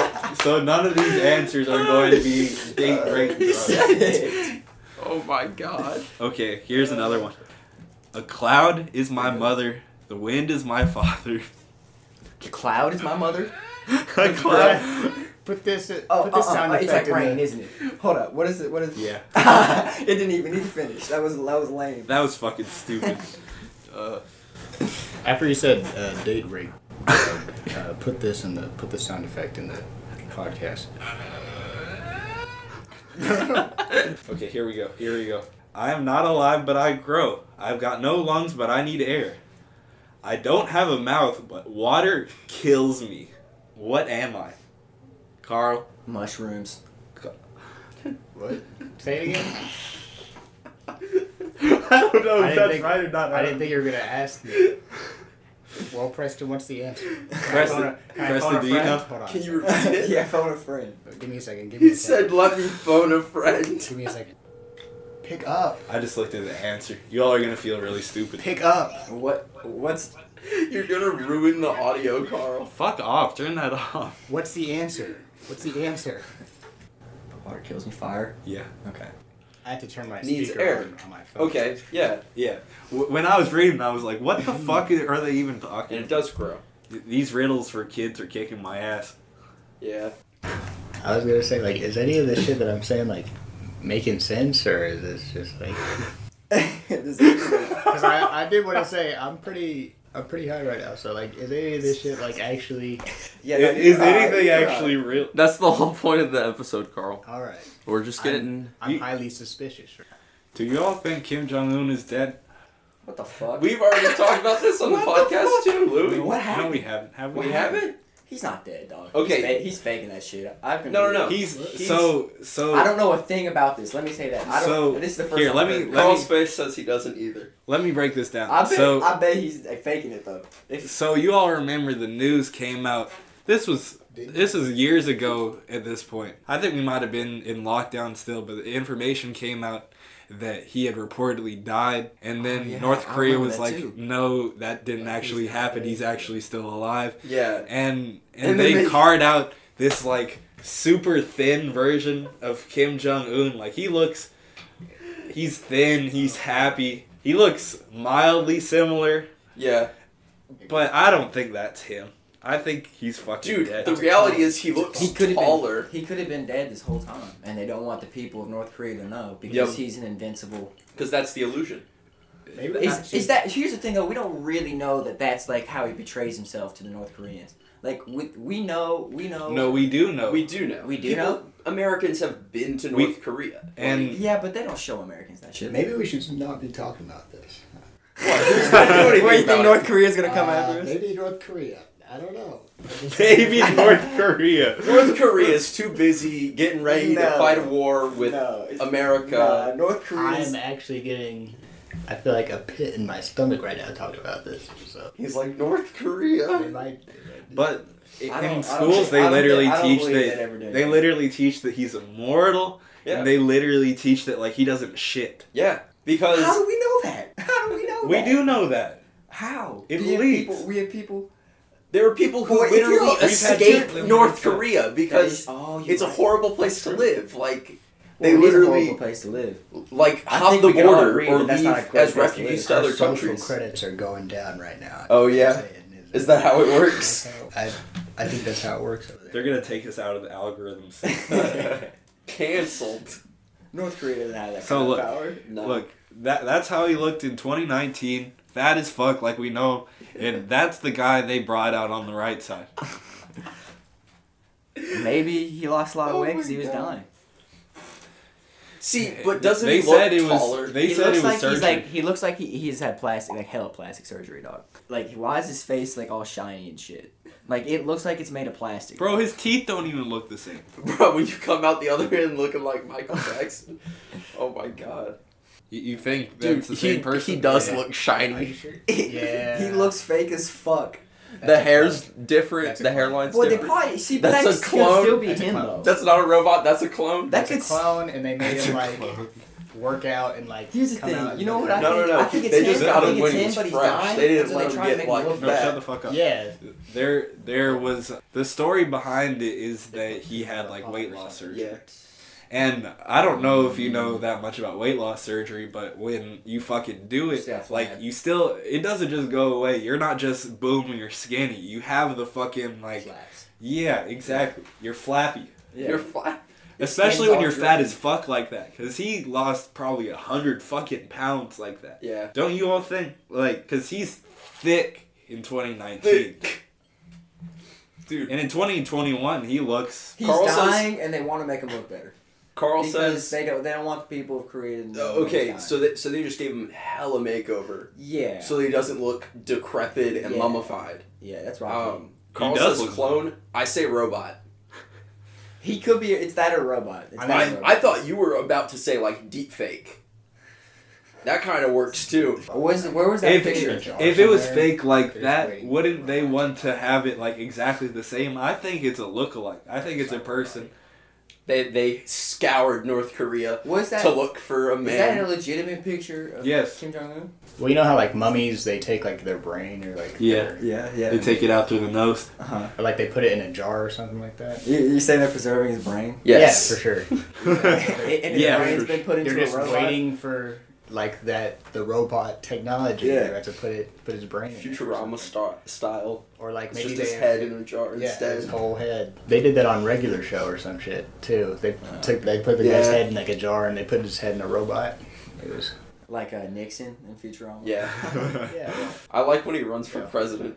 [SPEAKER 2] so none of these answers are going to be date rape drugs.
[SPEAKER 4] Oh my god.
[SPEAKER 2] Okay, here's another one. A cloud is my mother. The wind is my father.
[SPEAKER 3] The cloud is my mother.
[SPEAKER 2] a cloud.
[SPEAKER 1] Put this.
[SPEAKER 3] Oh,
[SPEAKER 1] put this
[SPEAKER 3] uh-uh,
[SPEAKER 1] sound
[SPEAKER 3] uh,
[SPEAKER 1] effect
[SPEAKER 3] it's like
[SPEAKER 1] in
[SPEAKER 3] rain,
[SPEAKER 1] the-
[SPEAKER 3] isn't it? Hold up. What is it? What is?
[SPEAKER 2] Yeah.
[SPEAKER 3] it didn't even need to finish. That was that was lame.
[SPEAKER 2] That was fucking stupid. Uh,
[SPEAKER 1] After you said uh, date rape, uh, put this in the put the sound effect in the podcast.
[SPEAKER 2] okay, here we go. Here we go. I am not alive, but I grow. I've got no lungs, but I need air. I don't have a mouth, but water kills me. What am I? Carl.
[SPEAKER 3] Mushrooms.
[SPEAKER 1] What? Say it again.
[SPEAKER 2] I don't
[SPEAKER 4] Oh,
[SPEAKER 2] know
[SPEAKER 1] I didn't think-
[SPEAKER 2] Oh, or not.
[SPEAKER 1] I didn't think you were gonna ask me. Well, Preston, what's the answer? Can I
[SPEAKER 2] Preston-
[SPEAKER 1] phone a- can I
[SPEAKER 2] Preston,
[SPEAKER 1] phone a
[SPEAKER 2] do you
[SPEAKER 1] friend?
[SPEAKER 2] know?
[SPEAKER 1] Hold on. a
[SPEAKER 4] Can you
[SPEAKER 1] second.
[SPEAKER 4] repeat it?
[SPEAKER 3] yeah, phone a friend.
[SPEAKER 1] Give me a second. Give me
[SPEAKER 4] He
[SPEAKER 1] a second.
[SPEAKER 4] said, "Let me phone a friend."
[SPEAKER 1] Give me a second. Pick up.
[SPEAKER 2] I just looked at the answer. You all are gonna feel really stupid.
[SPEAKER 1] Pick up.
[SPEAKER 3] What? What's?
[SPEAKER 4] You're gonna ruin the audio, Carl.
[SPEAKER 2] Fuck off. Turn that off.
[SPEAKER 1] What's the answer? What's the answer?
[SPEAKER 3] Water kills me. Fire.
[SPEAKER 2] Yeah.
[SPEAKER 3] Okay.
[SPEAKER 1] I had to turn my
[SPEAKER 7] Needs
[SPEAKER 1] speaker
[SPEAKER 7] air.
[SPEAKER 1] on, on my phone.
[SPEAKER 7] Okay, yeah,
[SPEAKER 2] Yeah. W- when I was reading, I was like, what the fuck are they even talking?
[SPEAKER 7] and it does grow.
[SPEAKER 2] Th- These riddles for kids are kicking my ass.
[SPEAKER 7] Yeah,
[SPEAKER 1] I was gonna say like, is any of this shit that I'm saying like making sense, or is this just like?
[SPEAKER 3] This is-
[SPEAKER 1] Because I, I did want to say I'm pretty I'm pretty high right now, so like, is any of this shit like actually?
[SPEAKER 3] yeah, no,
[SPEAKER 2] I- is
[SPEAKER 3] you're
[SPEAKER 2] anything
[SPEAKER 3] right, you're
[SPEAKER 2] actually
[SPEAKER 3] right.
[SPEAKER 2] real?
[SPEAKER 4] That's the whole point of the episode, Carl.
[SPEAKER 1] All right,
[SPEAKER 4] We're just
[SPEAKER 1] I'm-
[SPEAKER 4] getting.
[SPEAKER 1] I'm
[SPEAKER 2] You-
[SPEAKER 1] highly suspicious.
[SPEAKER 2] Do y'all think Kim Jong Un is dead?
[SPEAKER 3] What the fuck?
[SPEAKER 4] We've already talked about this on the podcast too, Louie.
[SPEAKER 3] What
[SPEAKER 2] No,
[SPEAKER 3] happened?
[SPEAKER 2] we haven't. Have we?
[SPEAKER 7] we haven't.
[SPEAKER 3] He's not dead, dog.
[SPEAKER 7] Okay.
[SPEAKER 3] He's, fa- he's faking that shit. I've been
[SPEAKER 7] No, no, no.
[SPEAKER 2] He's,
[SPEAKER 7] He's-
[SPEAKER 2] so so.
[SPEAKER 3] I don't know a thing about this. Let me say that. I don't.
[SPEAKER 2] So,
[SPEAKER 3] this is the first.
[SPEAKER 2] here,
[SPEAKER 3] I've
[SPEAKER 2] let me-
[SPEAKER 3] heard.
[SPEAKER 2] let me-
[SPEAKER 7] Carl's face says he doesn't either.
[SPEAKER 2] Let me break this down.
[SPEAKER 3] I bet.
[SPEAKER 2] so
[SPEAKER 3] I bet he's like, faking it though. If,
[SPEAKER 2] so you all remember the news came out. This was this is years ago at this point. I think we might have been in lockdown still, but the information came out that he had reportedly died and then
[SPEAKER 3] Oh, yeah,
[SPEAKER 2] North
[SPEAKER 3] I
[SPEAKER 2] Korea
[SPEAKER 3] remember
[SPEAKER 2] was
[SPEAKER 3] that
[SPEAKER 2] like,
[SPEAKER 3] too.
[SPEAKER 2] "No, that didn't
[SPEAKER 3] Like, he's
[SPEAKER 2] actually
[SPEAKER 3] not
[SPEAKER 2] happen.
[SPEAKER 3] dead.
[SPEAKER 2] He's actually still alive."
[SPEAKER 7] Yeah,
[SPEAKER 2] and and,
[SPEAKER 7] And then
[SPEAKER 2] they,
[SPEAKER 7] they-
[SPEAKER 2] carved out this like super thin version of Kim Jong Un. Like he looks, he's thin, he's happy, he looks mildly similar,
[SPEAKER 7] yeah.
[SPEAKER 2] but I don't think that's him. I think he's fucking
[SPEAKER 7] Dude,
[SPEAKER 2] dead.
[SPEAKER 7] the reality is he looks
[SPEAKER 3] he could have
[SPEAKER 7] taller.
[SPEAKER 3] been. He could have been dead this whole time, and they don't want the people of North Korea to know because
[SPEAKER 7] Yep.
[SPEAKER 3] he's an invincible.
[SPEAKER 7] Because that's the illusion.
[SPEAKER 1] Maybe
[SPEAKER 3] Is, is that here's the thing though? We don't really know that that's like how he betrays himself to the North Koreans. Like we we know we know.
[SPEAKER 2] no, we do know.
[SPEAKER 7] We do know.
[SPEAKER 3] We do
[SPEAKER 7] People-
[SPEAKER 3] know?
[SPEAKER 7] Americans have been to North
[SPEAKER 2] We-
[SPEAKER 7] Korea.
[SPEAKER 2] and
[SPEAKER 3] Yeah, but they don't show Americans that shit.
[SPEAKER 1] Maybe we should not be talking about this.
[SPEAKER 7] What? What do you think about it?
[SPEAKER 3] Korea's gonna
[SPEAKER 1] Uh, maybe North Korea. I don't know.
[SPEAKER 2] maybe North Korea.
[SPEAKER 7] North Korea is too busy getting ready to
[SPEAKER 3] No.
[SPEAKER 7] fight a war with
[SPEAKER 3] No, it's-
[SPEAKER 7] America.
[SPEAKER 3] Nah, North
[SPEAKER 1] I'm actually getting. I feel like a pit in my stomach right now talking about this. So
[SPEAKER 7] He's like North
[SPEAKER 1] it
[SPEAKER 7] Korea.
[SPEAKER 1] might.
[SPEAKER 2] But
[SPEAKER 3] I don't- I
[SPEAKER 2] in
[SPEAKER 3] don't
[SPEAKER 2] schools,
[SPEAKER 3] think- I
[SPEAKER 2] they
[SPEAKER 3] don't
[SPEAKER 2] literally
[SPEAKER 3] think- I don't
[SPEAKER 2] teach
[SPEAKER 3] believe
[SPEAKER 2] that
[SPEAKER 3] that ever did.
[SPEAKER 2] they literally teach that he's immortal,
[SPEAKER 7] Yeah.
[SPEAKER 2] and they literally teach that like he doesn't shit.
[SPEAKER 7] Yeah,
[SPEAKER 3] How
[SPEAKER 7] because
[SPEAKER 3] do we know that? How do we know
[SPEAKER 2] We
[SPEAKER 3] that?
[SPEAKER 2] do know that.
[SPEAKER 3] How?
[SPEAKER 2] It
[SPEAKER 3] we have
[SPEAKER 2] leaks.
[SPEAKER 3] people. We have people.
[SPEAKER 7] there are people who
[SPEAKER 3] Well, if
[SPEAKER 7] literally
[SPEAKER 3] you're-
[SPEAKER 2] We've had
[SPEAKER 7] escape
[SPEAKER 2] two-
[SPEAKER 7] North Korea
[SPEAKER 3] That
[SPEAKER 7] because
[SPEAKER 3] is- oh, you're
[SPEAKER 7] it's a
[SPEAKER 3] right.
[SPEAKER 7] horrible place to live. Like
[SPEAKER 3] Well,
[SPEAKER 7] they
[SPEAKER 3] it is a horrible
[SPEAKER 7] literally
[SPEAKER 3] place to live.
[SPEAKER 7] like
[SPEAKER 3] I
[SPEAKER 7] hop
[SPEAKER 3] think
[SPEAKER 7] the
[SPEAKER 3] we can all
[SPEAKER 7] border
[SPEAKER 3] agree
[SPEAKER 7] or
[SPEAKER 3] that that's
[SPEAKER 7] leave
[SPEAKER 3] not a great
[SPEAKER 7] as
[SPEAKER 3] place to
[SPEAKER 7] refugees
[SPEAKER 3] live.
[SPEAKER 7] to
[SPEAKER 1] Our
[SPEAKER 7] other
[SPEAKER 1] social
[SPEAKER 7] countries.
[SPEAKER 1] credits are going down right now.
[SPEAKER 7] Oh, yeah? Is that how it works?
[SPEAKER 1] I, I think that's how it works over there.
[SPEAKER 2] They're gonna take us out of the algorithms.
[SPEAKER 7] Cancelled.
[SPEAKER 3] North Korea doesn't have that
[SPEAKER 2] So
[SPEAKER 3] kind
[SPEAKER 2] look,
[SPEAKER 3] of power.
[SPEAKER 7] No.
[SPEAKER 2] Look, that that's how he looked in 2019. Fat as fuck, like we know, and that's the guy they brought out on the right side.
[SPEAKER 3] Maybe he lost a lot of
[SPEAKER 7] Oh
[SPEAKER 3] weight because
[SPEAKER 7] my
[SPEAKER 3] he was
[SPEAKER 7] God.
[SPEAKER 3] dying.
[SPEAKER 7] See, but doesn't
[SPEAKER 2] they
[SPEAKER 7] he look
[SPEAKER 2] said it
[SPEAKER 7] taller?
[SPEAKER 2] was? They
[SPEAKER 3] he
[SPEAKER 2] said
[SPEAKER 3] looks
[SPEAKER 2] it was
[SPEAKER 3] like
[SPEAKER 2] surgery.
[SPEAKER 3] he's like he looks like he, he's had plastic like hella plastic surgery, dog. Like why is his face like all shiny and shit? Like it looks like it's made of plastic.
[SPEAKER 2] Bro, his teeth don't even look the same.
[SPEAKER 7] Bro, when you come out the other end looking like Michael Jackson. oh my god.
[SPEAKER 2] You, you think
[SPEAKER 7] Dude,
[SPEAKER 2] that's the
[SPEAKER 7] he,
[SPEAKER 2] same person?
[SPEAKER 7] he does
[SPEAKER 1] Yeah.
[SPEAKER 7] look
[SPEAKER 1] Are you
[SPEAKER 7] shiny.
[SPEAKER 1] sure?
[SPEAKER 3] yeah.
[SPEAKER 1] Yeah.
[SPEAKER 3] he looks fake as fuck.
[SPEAKER 7] The hair's different.
[SPEAKER 1] That's a
[SPEAKER 7] The
[SPEAKER 1] clone.
[SPEAKER 7] hairline's
[SPEAKER 3] Well, they
[SPEAKER 7] different.
[SPEAKER 3] probably see, but
[SPEAKER 7] That's
[SPEAKER 3] that
[SPEAKER 7] a
[SPEAKER 3] could still,
[SPEAKER 7] clone.
[SPEAKER 3] still be
[SPEAKER 1] That's a
[SPEAKER 3] him
[SPEAKER 1] clone.
[SPEAKER 3] though.
[SPEAKER 7] That's not a robot, that's a clone.
[SPEAKER 1] It's
[SPEAKER 3] that
[SPEAKER 1] a
[SPEAKER 3] could
[SPEAKER 1] clone, and they made
[SPEAKER 2] That's
[SPEAKER 1] him
[SPEAKER 2] a
[SPEAKER 1] like
[SPEAKER 2] clone.
[SPEAKER 1] work out and like.
[SPEAKER 3] Here's the
[SPEAKER 1] come out
[SPEAKER 3] thing.
[SPEAKER 1] and
[SPEAKER 3] You know
[SPEAKER 1] look
[SPEAKER 3] what?
[SPEAKER 1] at
[SPEAKER 3] I
[SPEAKER 7] No, no,
[SPEAKER 3] think,
[SPEAKER 7] no.
[SPEAKER 3] I think it's
[SPEAKER 7] They
[SPEAKER 3] him.
[SPEAKER 7] just
[SPEAKER 3] I
[SPEAKER 7] got
[SPEAKER 3] think
[SPEAKER 7] him when
[SPEAKER 3] it's
[SPEAKER 7] he was
[SPEAKER 3] him, but he's
[SPEAKER 7] fresh.
[SPEAKER 3] dying.
[SPEAKER 7] They didn't
[SPEAKER 3] so
[SPEAKER 7] let him
[SPEAKER 3] trying to
[SPEAKER 7] get,
[SPEAKER 3] make
[SPEAKER 7] like,
[SPEAKER 3] look
[SPEAKER 2] No,
[SPEAKER 3] bad.
[SPEAKER 2] shut the fuck up.
[SPEAKER 1] Yeah.
[SPEAKER 2] There, there was the story behind it is that he had like weight loss surgery.
[SPEAKER 7] yeah.
[SPEAKER 2] And I don't know if you know that much about weight loss surgery, but when you fucking do it,
[SPEAKER 3] Stuff
[SPEAKER 2] like
[SPEAKER 3] like-
[SPEAKER 2] you still, it doesn't just go away. You're not just boom, you're skinny. You have the fucking like,
[SPEAKER 3] Slaps.
[SPEAKER 2] yeah, exactly. You're flappy,
[SPEAKER 3] Yeah.
[SPEAKER 7] You're flat.
[SPEAKER 2] especially when
[SPEAKER 7] all
[SPEAKER 2] you're fat
[SPEAKER 7] droopy.
[SPEAKER 2] as fuck like that. Because he lost probably a hundred fucking pounds like that.
[SPEAKER 7] Yeah.
[SPEAKER 2] Don't you all think like? Because he's thick in 2019,
[SPEAKER 7] Dude,
[SPEAKER 2] and in 2021 he looks.
[SPEAKER 3] He's
[SPEAKER 7] Carl says-
[SPEAKER 3] dying, and they want to make him look better
[SPEAKER 7] Carl
[SPEAKER 3] because
[SPEAKER 7] says.
[SPEAKER 3] they don't. They don't want the people of Korea to know.
[SPEAKER 7] Oh,
[SPEAKER 3] he's
[SPEAKER 7] okay,
[SPEAKER 3] dying.
[SPEAKER 7] so they, so they just gave him hella makeover.
[SPEAKER 3] yeah,
[SPEAKER 7] So that he doesn't look decrepit and
[SPEAKER 3] Yeah.
[SPEAKER 7] mummified.
[SPEAKER 3] yeah, that's right.
[SPEAKER 7] Um,
[SPEAKER 2] He
[SPEAKER 7] Carl
[SPEAKER 2] does
[SPEAKER 7] says
[SPEAKER 2] look-
[SPEAKER 7] clone. I say robot.
[SPEAKER 3] he could be. It's that or robot. It's
[SPEAKER 1] I uh,
[SPEAKER 3] that or
[SPEAKER 7] I,
[SPEAKER 3] robot.
[SPEAKER 7] I thought you were about to say like deep fake. That kind of works too.
[SPEAKER 3] Was where was that
[SPEAKER 2] If-
[SPEAKER 3] picture?
[SPEAKER 2] If it was
[SPEAKER 1] somewhere,
[SPEAKER 2] fake like
[SPEAKER 1] there's
[SPEAKER 2] that,
[SPEAKER 1] waiting
[SPEAKER 2] wouldn't
[SPEAKER 1] for
[SPEAKER 2] they
[SPEAKER 1] it.
[SPEAKER 2] want to have it like exactly the same? I think it's a lookalike. I think it's a person
[SPEAKER 7] They they scoured North Korea
[SPEAKER 3] Was that
[SPEAKER 7] to look for a man.
[SPEAKER 3] is that a legitimate picture of
[SPEAKER 2] Yes.
[SPEAKER 3] Kim Jong Un?
[SPEAKER 1] Well, you know how like mummies, they take like their brain or like
[SPEAKER 2] Yeah.
[SPEAKER 1] their-
[SPEAKER 3] Yeah, yeah.
[SPEAKER 2] They take it out through the nose.
[SPEAKER 3] uh-huh.
[SPEAKER 1] or like they put it in a jar or something like that.
[SPEAKER 3] you, you're saying they're preserving his brain?
[SPEAKER 7] yes.
[SPEAKER 1] yeah, for sure.
[SPEAKER 2] Yeah,
[SPEAKER 3] and yeah, brain's
[SPEAKER 2] for
[SPEAKER 3] been put into
[SPEAKER 1] They're
[SPEAKER 3] a
[SPEAKER 1] just
[SPEAKER 3] robot.
[SPEAKER 1] waiting for like that the robot technology.
[SPEAKER 3] Yeah.
[SPEAKER 1] Yeah. to put it put his brain. in it.
[SPEAKER 7] Futurama star- style.
[SPEAKER 1] Or like
[SPEAKER 7] It's
[SPEAKER 1] maybe
[SPEAKER 7] just
[SPEAKER 1] they
[SPEAKER 7] his head in a jar
[SPEAKER 1] Yeah, his
[SPEAKER 7] instead.
[SPEAKER 1] whole head. They did that on regular show or some shit too. They took they put the guy's
[SPEAKER 7] Yeah.
[SPEAKER 1] head in like a jar and they put his head in a robot. It was
[SPEAKER 3] Like uh, Nixon in Futurama.
[SPEAKER 7] Yeah.
[SPEAKER 1] yeah.
[SPEAKER 7] I like when he runs for
[SPEAKER 1] Yeah.
[SPEAKER 7] president.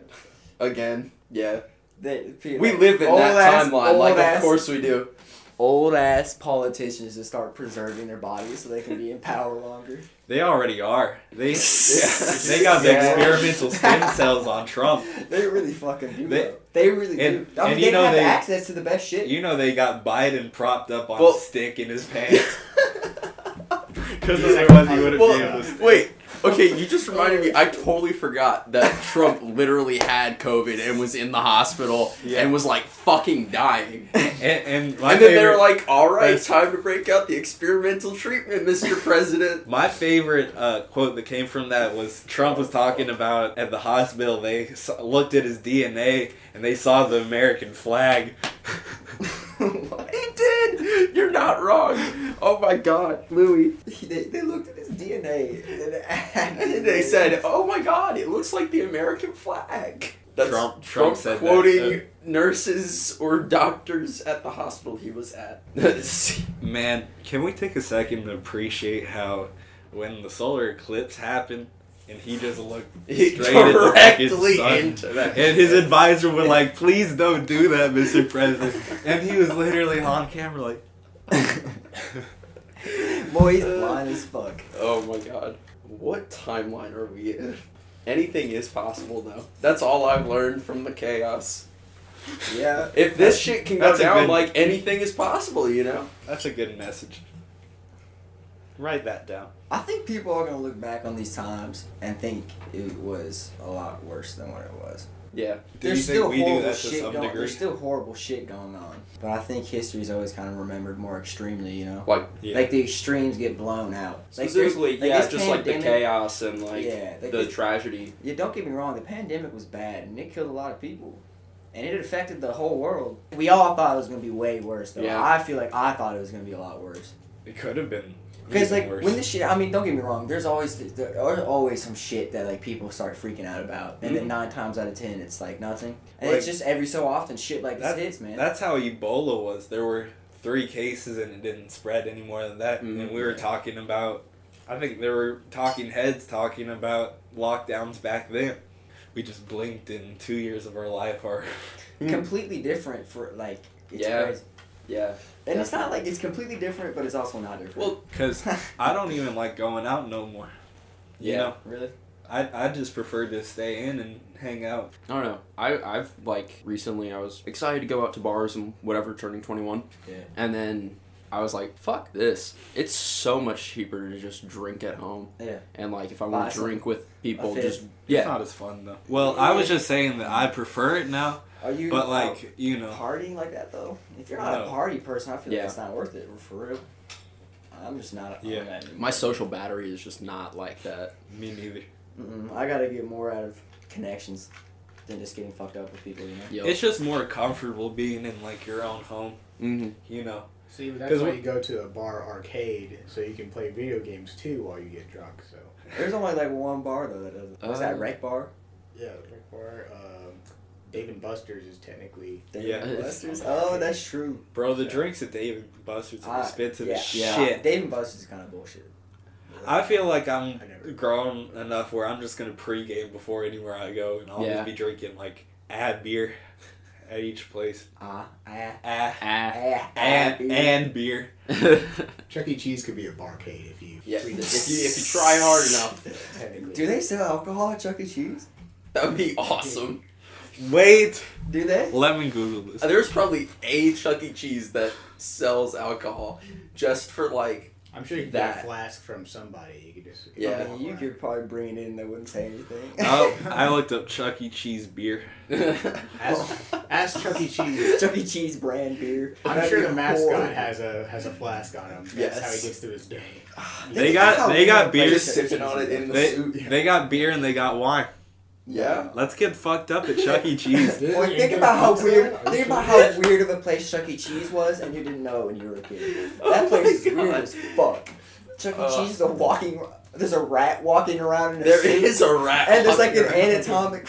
[SPEAKER 7] Again. Yeah.
[SPEAKER 3] They,
[SPEAKER 7] We live in that timeline. Like, of course we do.
[SPEAKER 3] Old ass politicians to start preserving their bodies so they can be in power longer.
[SPEAKER 2] They already are. They
[SPEAKER 7] Yeah.
[SPEAKER 2] they got the
[SPEAKER 3] Yeah.
[SPEAKER 2] experimental stem cells on Trump.
[SPEAKER 3] They really fucking do.
[SPEAKER 2] They-
[SPEAKER 3] They, they really
[SPEAKER 2] and-
[SPEAKER 3] do. I mean,
[SPEAKER 2] and you
[SPEAKER 3] they
[SPEAKER 2] know
[SPEAKER 3] have
[SPEAKER 2] they-
[SPEAKER 3] access to the best shit.
[SPEAKER 2] You know they got Biden propped up on
[SPEAKER 7] Well-
[SPEAKER 2] a stick in his pants. Because otherwise he wouldn't be able
[SPEAKER 7] Well,
[SPEAKER 2] to. stand.
[SPEAKER 7] wait. Okay, you just reminded me. I totally forgot that Trump literally had COVID and was in the hospital
[SPEAKER 2] Yeah.
[SPEAKER 7] and was like fucking dying.
[SPEAKER 2] And, and my
[SPEAKER 7] and then
[SPEAKER 2] favorite,
[SPEAKER 7] they were like, "All right,
[SPEAKER 2] That's-
[SPEAKER 7] time to break out the experimental treatment, Mr. President."
[SPEAKER 2] My favorite uh, quote that came from that was Trump was talking about at the hospital. They s looked at his DNA and they saw the American flag.
[SPEAKER 7] he did. You're not wrong. Oh my God, Louis.
[SPEAKER 3] They, they looked at his DNA and, it had
[SPEAKER 7] And then they said, "Oh my God, it looks like the American flag." That's
[SPEAKER 2] Trump- Trump
[SPEAKER 7] Trump,
[SPEAKER 2] said that, uh, so-
[SPEAKER 7] quoting nurses or doctors at the hospital he was at.
[SPEAKER 2] Man, can we take a second to appreciate how when the solar eclipse happened and he just looked
[SPEAKER 7] He
[SPEAKER 2] straight at the fucking
[SPEAKER 7] directly
[SPEAKER 2] sun,
[SPEAKER 7] into that.
[SPEAKER 2] and his advisor was like, "Please don't do that, Mr. President," and he was literally on camera like,
[SPEAKER 3] Boy's blind as fuck.
[SPEAKER 7] oh my God, what timeline are we in? Anything is possible though. That's all I've learned from the chaos.
[SPEAKER 3] Yeah.
[SPEAKER 7] If this shit can go
[SPEAKER 2] That's a
[SPEAKER 7] down,
[SPEAKER 2] good-
[SPEAKER 7] like anything is possible, you know.
[SPEAKER 2] "That's a good message." Write that down.
[SPEAKER 3] I think people are gonna look back on these times and think it was a lot worse than what it was.
[SPEAKER 7] Yeah.
[SPEAKER 2] Do
[SPEAKER 3] There's
[SPEAKER 2] you
[SPEAKER 3] still
[SPEAKER 2] think we do
[SPEAKER 3] horrible
[SPEAKER 2] that to
[SPEAKER 3] shit
[SPEAKER 2] some
[SPEAKER 3] going.
[SPEAKER 2] degree?
[SPEAKER 3] There's still horrible shit going on, but I think history's always kind of remembered more extremely. You know,
[SPEAKER 7] Like
[SPEAKER 2] Yeah.
[SPEAKER 3] like the extremes get blown out. Like, there's-
[SPEAKER 7] specifically,
[SPEAKER 3] like,
[SPEAKER 7] yeah,
[SPEAKER 3] this
[SPEAKER 7] just like the
[SPEAKER 3] pandemic-
[SPEAKER 7] chaos and like
[SPEAKER 3] Yeah, like
[SPEAKER 7] the
[SPEAKER 3] this-
[SPEAKER 7] tragedy.
[SPEAKER 3] Yeah, don't get me wrong. The pandemic was bad, and it killed a lot of people, and it affected the whole world. We all thought it was gonna be way worse, though.
[SPEAKER 7] Yeah.
[SPEAKER 3] I feel like I thought it was gonna be a lot worse.
[SPEAKER 2] It could have been.
[SPEAKER 3] Because
[SPEAKER 2] even
[SPEAKER 3] like
[SPEAKER 2] worse.
[SPEAKER 3] when this shit, I mean, don't get me wrong. There's always there are always some shit that like people start freaking out about, and then nine times out of ten, it's like nothing. And
[SPEAKER 2] Mm-hmm. Like-
[SPEAKER 3] it's just every so often shit like this
[SPEAKER 2] That-
[SPEAKER 3] hits, man.
[SPEAKER 2] That's how Ebola was. There were three cases and it didn't spread any more than that.
[SPEAKER 7] Mhm.
[SPEAKER 2] And we were talking about, I think there were talking heads talking about lockdowns back then. We just blinked and two years of our life are. mm.
[SPEAKER 3] completely different for like. It's
[SPEAKER 7] Yeah.
[SPEAKER 3] crazy.
[SPEAKER 7] Yeah.
[SPEAKER 3] And it's not like it's completely different, but it's also not different.
[SPEAKER 7] Well,
[SPEAKER 2] Because I don't even like going out no more. You
[SPEAKER 7] Yeah.
[SPEAKER 2] know,
[SPEAKER 3] really?
[SPEAKER 2] I, I just prefer to stay in and hang out.
[SPEAKER 4] I don't know. I, I've like recently I was excited to go out to bars and whatever turning twenty one.
[SPEAKER 3] Yeah.
[SPEAKER 4] And then I was like, fuck this. It's so much cheaper to just drink at home.
[SPEAKER 3] Yeah.
[SPEAKER 4] And like if I
[SPEAKER 3] Buy
[SPEAKER 4] want to
[SPEAKER 3] some-
[SPEAKER 4] drink with people,
[SPEAKER 3] fifth.
[SPEAKER 4] just
[SPEAKER 2] It's
[SPEAKER 4] yeah.
[SPEAKER 2] not as fun though. Well, I was just saying that I prefer it now,
[SPEAKER 3] Are you?
[SPEAKER 2] but like, you know.
[SPEAKER 3] partying like that though. If you're not
[SPEAKER 2] No.
[SPEAKER 3] a party person, I feel
[SPEAKER 4] Yeah.
[SPEAKER 3] like it's not worth it for real. I'm just not.
[SPEAKER 2] Yeah.
[SPEAKER 3] I'm not anymore.
[SPEAKER 4] My social battery is just not like that.
[SPEAKER 2] Me neither.
[SPEAKER 3] Mm-mm, I gotta get more out of connections than just getting fucked up with people. You know.
[SPEAKER 4] Yo.
[SPEAKER 2] It's just more comfortable being in like your own home,
[SPEAKER 4] mm-hmm.
[SPEAKER 2] you know.
[SPEAKER 1] See, but
[SPEAKER 2] 'Cause
[SPEAKER 1] that's why
[SPEAKER 2] we-
[SPEAKER 1] you go to a bar arcade so you can play video games too while you get drunk. So
[SPEAKER 3] There's only like one bar though that doesn't. is
[SPEAKER 4] Uh,
[SPEAKER 3] that Rec Bar?
[SPEAKER 1] yeah, Rick Bar, um, Dave and Buster's is technically
[SPEAKER 3] Dave
[SPEAKER 2] Yeah.
[SPEAKER 3] and Buster's. Oh, that's true.
[SPEAKER 2] Bro, the
[SPEAKER 1] Yeah.
[SPEAKER 2] drinks at Dave and Buster's are
[SPEAKER 7] Ah,
[SPEAKER 3] Uh,
[SPEAKER 2] expensive as
[SPEAKER 4] yeah.
[SPEAKER 2] shit.
[SPEAKER 3] Dave and Buster's is kind of bullshit.
[SPEAKER 2] I feel like I'm
[SPEAKER 1] I never-
[SPEAKER 2] grown enough where I'm just gonna pregame before anywhere I go, and I'll
[SPEAKER 4] Yeah.
[SPEAKER 2] just be drinking like ad beer at each place,
[SPEAKER 3] Ah, ah,
[SPEAKER 2] ah,
[SPEAKER 4] Ah.
[SPEAKER 3] ah,
[SPEAKER 2] and and beer.
[SPEAKER 1] Chuck E. Cheese could be a barcade if you.
[SPEAKER 7] yeah. If you,
[SPEAKER 1] treat it
[SPEAKER 7] if you try hard enough,
[SPEAKER 1] technically.
[SPEAKER 3] ah. Do they sell alcohol at Chuck E. Cheese?
[SPEAKER 7] that would be awesome.
[SPEAKER 2] Wait,
[SPEAKER 3] Do they?
[SPEAKER 2] let me Google this.
[SPEAKER 7] There's probably a Chuck E. Cheese that sells alcohol just for like.
[SPEAKER 1] I'm sure you could get
[SPEAKER 7] That.
[SPEAKER 1] a flask from somebody. You could just
[SPEAKER 3] I
[SPEAKER 7] Yeah.
[SPEAKER 3] mean, you could probably bring it in. They wouldn't say anything.
[SPEAKER 2] Oh, I looked up Chuck E. Cheese beer.
[SPEAKER 1] As- Ask Chuck E. Cheese.
[SPEAKER 3] Chuck E. Cheese brand beer.
[SPEAKER 1] I'm
[SPEAKER 3] That'd
[SPEAKER 1] sure
[SPEAKER 3] be
[SPEAKER 1] the mascot
[SPEAKER 3] horrible.
[SPEAKER 1] has a has a flask on him. That's
[SPEAKER 3] Yes.
[SPEAKER 1] how he gets through his day.
[SPEAKER 2] They got they got
[SPEAKER 3] Like,
[SPEAKER 2] beer.
[SPEAKER 7] Just sipping on it in the
[SPEAKER 2] They
[SPEAKER 7] suit.
[SPEAKER 2] they got beer and they got wine.
[SPEAKER 7] Yeah.
[SPEAKER 2] Let's get fucked up at Chuck E. Cheese.
[SPEAKER 1] Dude,
[SPEAKER 3] Or
[SPEAKER 1] you
[SPEAKER 3] think
[SPEAKER 1] get
[SPEAKER 3] about how
[SPEAKER 1] a-
[SPEAKER 3] weird. Think about how weird of a place Chuck E. Cheese was, and you didn't know when you were a kid.
[SPEAKER 2] Oh
[SPEAKER 3] That place is weird as fuck. Chuck E.
[SPEAKER 7] Uh,
[SPEAKER 3] Cheese is a walking. There's a rat walking around in a
[SPEAKER 7] There
[SPEAKER 3] suit,
[SPEAKER 7] is a rat.
[SPEAKER 3] and there's like
[SPEAKER 7] walking
[SPEAKER 3] an
[SPEAKER 7] around.
[SPEAKER 3] anatomic.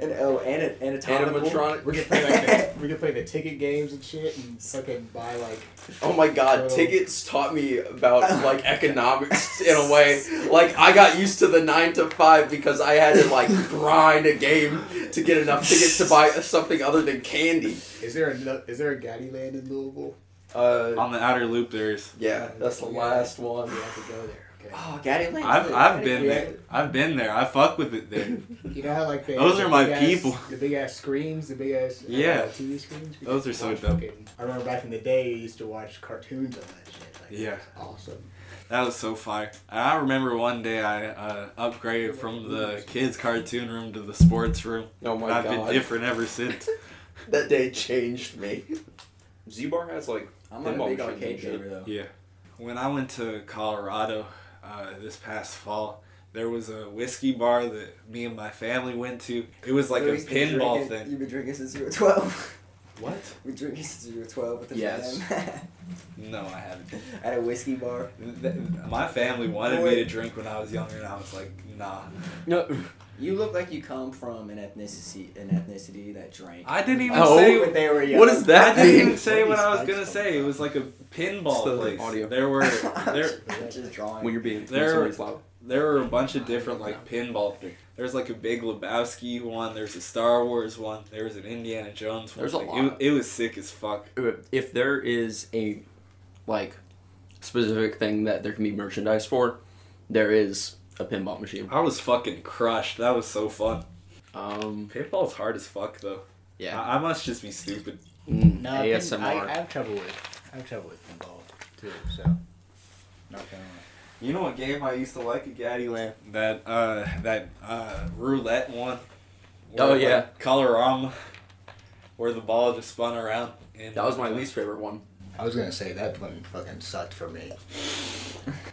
[SPEAKER 3] An oh, ana- anatomical.
[SPEAKER 7] animatronic.
[SPEAKER 1] We could play like the, we could play the ticket games and shit and fucking buy like
[SPEAKER 7] Oh my god,
[SPEAKER 1] So-
[SPEAKER 7] tickets taught me about like economics in a way. Like I got used to the 9 to 5 because I had to like grind a game to get enough tickets to buy something other than candy.
[SPEAKER 1] is there a is there a Gaddy Land in Louisville?
[SPEAKER 7] Uh
[SPEAKER 2] On the outer loop, there's.
[SPEAKER 7] yeah, that's the last one.
[SPEAKER 1] We have to go there. Okay.
[SPEAKER 3] Oh, Gaddy Lane.
[SPEAKER 2] I've I've been there. I've been there. I fuck with it there.
[SPEAKER 1] You know how like they
[SPEAKER 2] Those
[SPEAKER 1] the
[SPEAKER 2] are my
[SPEAKER 1] big ass-
[SPEAKER 2] people.
[SPEAKER 1] the big ass screens, the big ass uh,
[SPEAKER 2] Yeah.
[SPEAKER 1] TV screens. We
[SPEAKER 2] Those
[SPEAKER 1] used
[SPEAKER 2] are
[SPEAKER 1] to
[SPEAKER 2] so
[SPEAKER 1] watch
[SPEAKER 2] dope.
[SPEAKER 1] fucking- I remember back in the day, we used to watch cartoons on that shit. Like,
[SPEAKER 2] Yeah.
[SPEAKER 1] it was awesome.
[SPEAKER 2] That was so fire. And I remember one day I uh, upgraded from the kids' cartoon room to the sports room.
[SPEAKER 7] Oh my
[SPEAKER 2] And I've
[SPEAKER 7] god.
[SPEAKER 2] been different ever since.
[SPEAKER 7] That day changed me. Z Bar has like
[SPEAKER 3] I'm not a
[SPEAKER 7] pinball
[SPEAKER 3] big
[SPEAKER 7] machines
[SPEAKER 3] arcade
[SPEAKER 7] and shit.
[SPEAKER 3] gamer though.
[SPEAKER 2] Yeah. When I went to Colorado uh, this past fall, there was a whiskey bar that me and my family went to. It was like a
[SPEAKER 3] Louis been
[SPEAKER 2] pinball
[SPEAKER 3] drinking-
[SPEAKER 2] thing.
[SPEAKER 3] You've been drinking since you were twelve.
[SPEAKER 2] What?
[SPEAKER 3] We're drinking since you were twelve with the
[SPEAKER 7] Yes.
[SPEAKER 3] fam.
[SPEAKER 2] No, I haven't.
[SPEAKER 3] at a whiskey bar.
[SPEAKER 2] Th- th- My family wanted me to drink when I was younger, and I was like, nah.
[SPEAKER 4] No,
[SPEAKER 3] You look like you come from an ethnicity, an ethnicity that drank.
[SPEAKER 2] I didn't even
[SPEAKER 4] Oh.
[SPEAKER 2] say.
[SPEAKER 3] when they were young.
[SPEAKER 4] what does
[SPEAKER 2] I
[SPEAKER 4] that
[SPEAKER 2] didn't even
[SPEAKER 4] mean?
[SPEAKER 2] say what I was
[SPEAKER 1] Spikes
[SPEAKER 2] gonna
[SPEAKER 1] come
[SPEAKER 2] say. It was like a pinball
[SPEAKER 4] Still
[SPEAKER 2] place.
[SPEAKER 4] audio.
[SPEAKER 2] There were there
[SPEAKER 3] Just drawing.
[SPEAKER 4] When you're being
[SPEAKER 2] There-
[SPEAKER 4] when somebody's loud.
[SPEAKER 2] there were a bunch of different like pinball. There's like a Big Lebowski one. There's a Star Wars one. There was an Indiana Jones one.
[SPEAKER 4] There's a
[SPEAKER 2] Like,
[SPEAKER 4] lot.
[SPEAKER 2] It, it was sick as fuck.
[SPEAKER 4] uh, If there is a like specific thing that there can be merchandise for, there is a pinball machine.
[SPEAKER 2] I was fucking crushed. That was so fun.
[SPEAKER 4] Um,
[SPEAKER 2] Pinball's hard as fuck though.
[SPEAKER 4] yeah.
[SPEAKER 2] I, I must just be stupid.
[SPEAKER 4] Mm,
[SPEAKER 1] No,
[SPEAKER 4] ASMR.
[SPEAKER 1] I, I have trouble with I have trouble with pinball too. So not gonna lie.
[SPEAKER 2] You know what game I used to like at Gaddy Land? That uh that uh roulette one.
[SPEAKER 4] Oh,
[SPEAKER 2] Where,
[SPEAKER 4] yeah.
[SPEAKER 2] like, Colorama, where the ball just spun around. And
[SPEAKER 4] that was my least favorite one.
[SPEAKER 1] I was gonna say that one fucking sucked for me.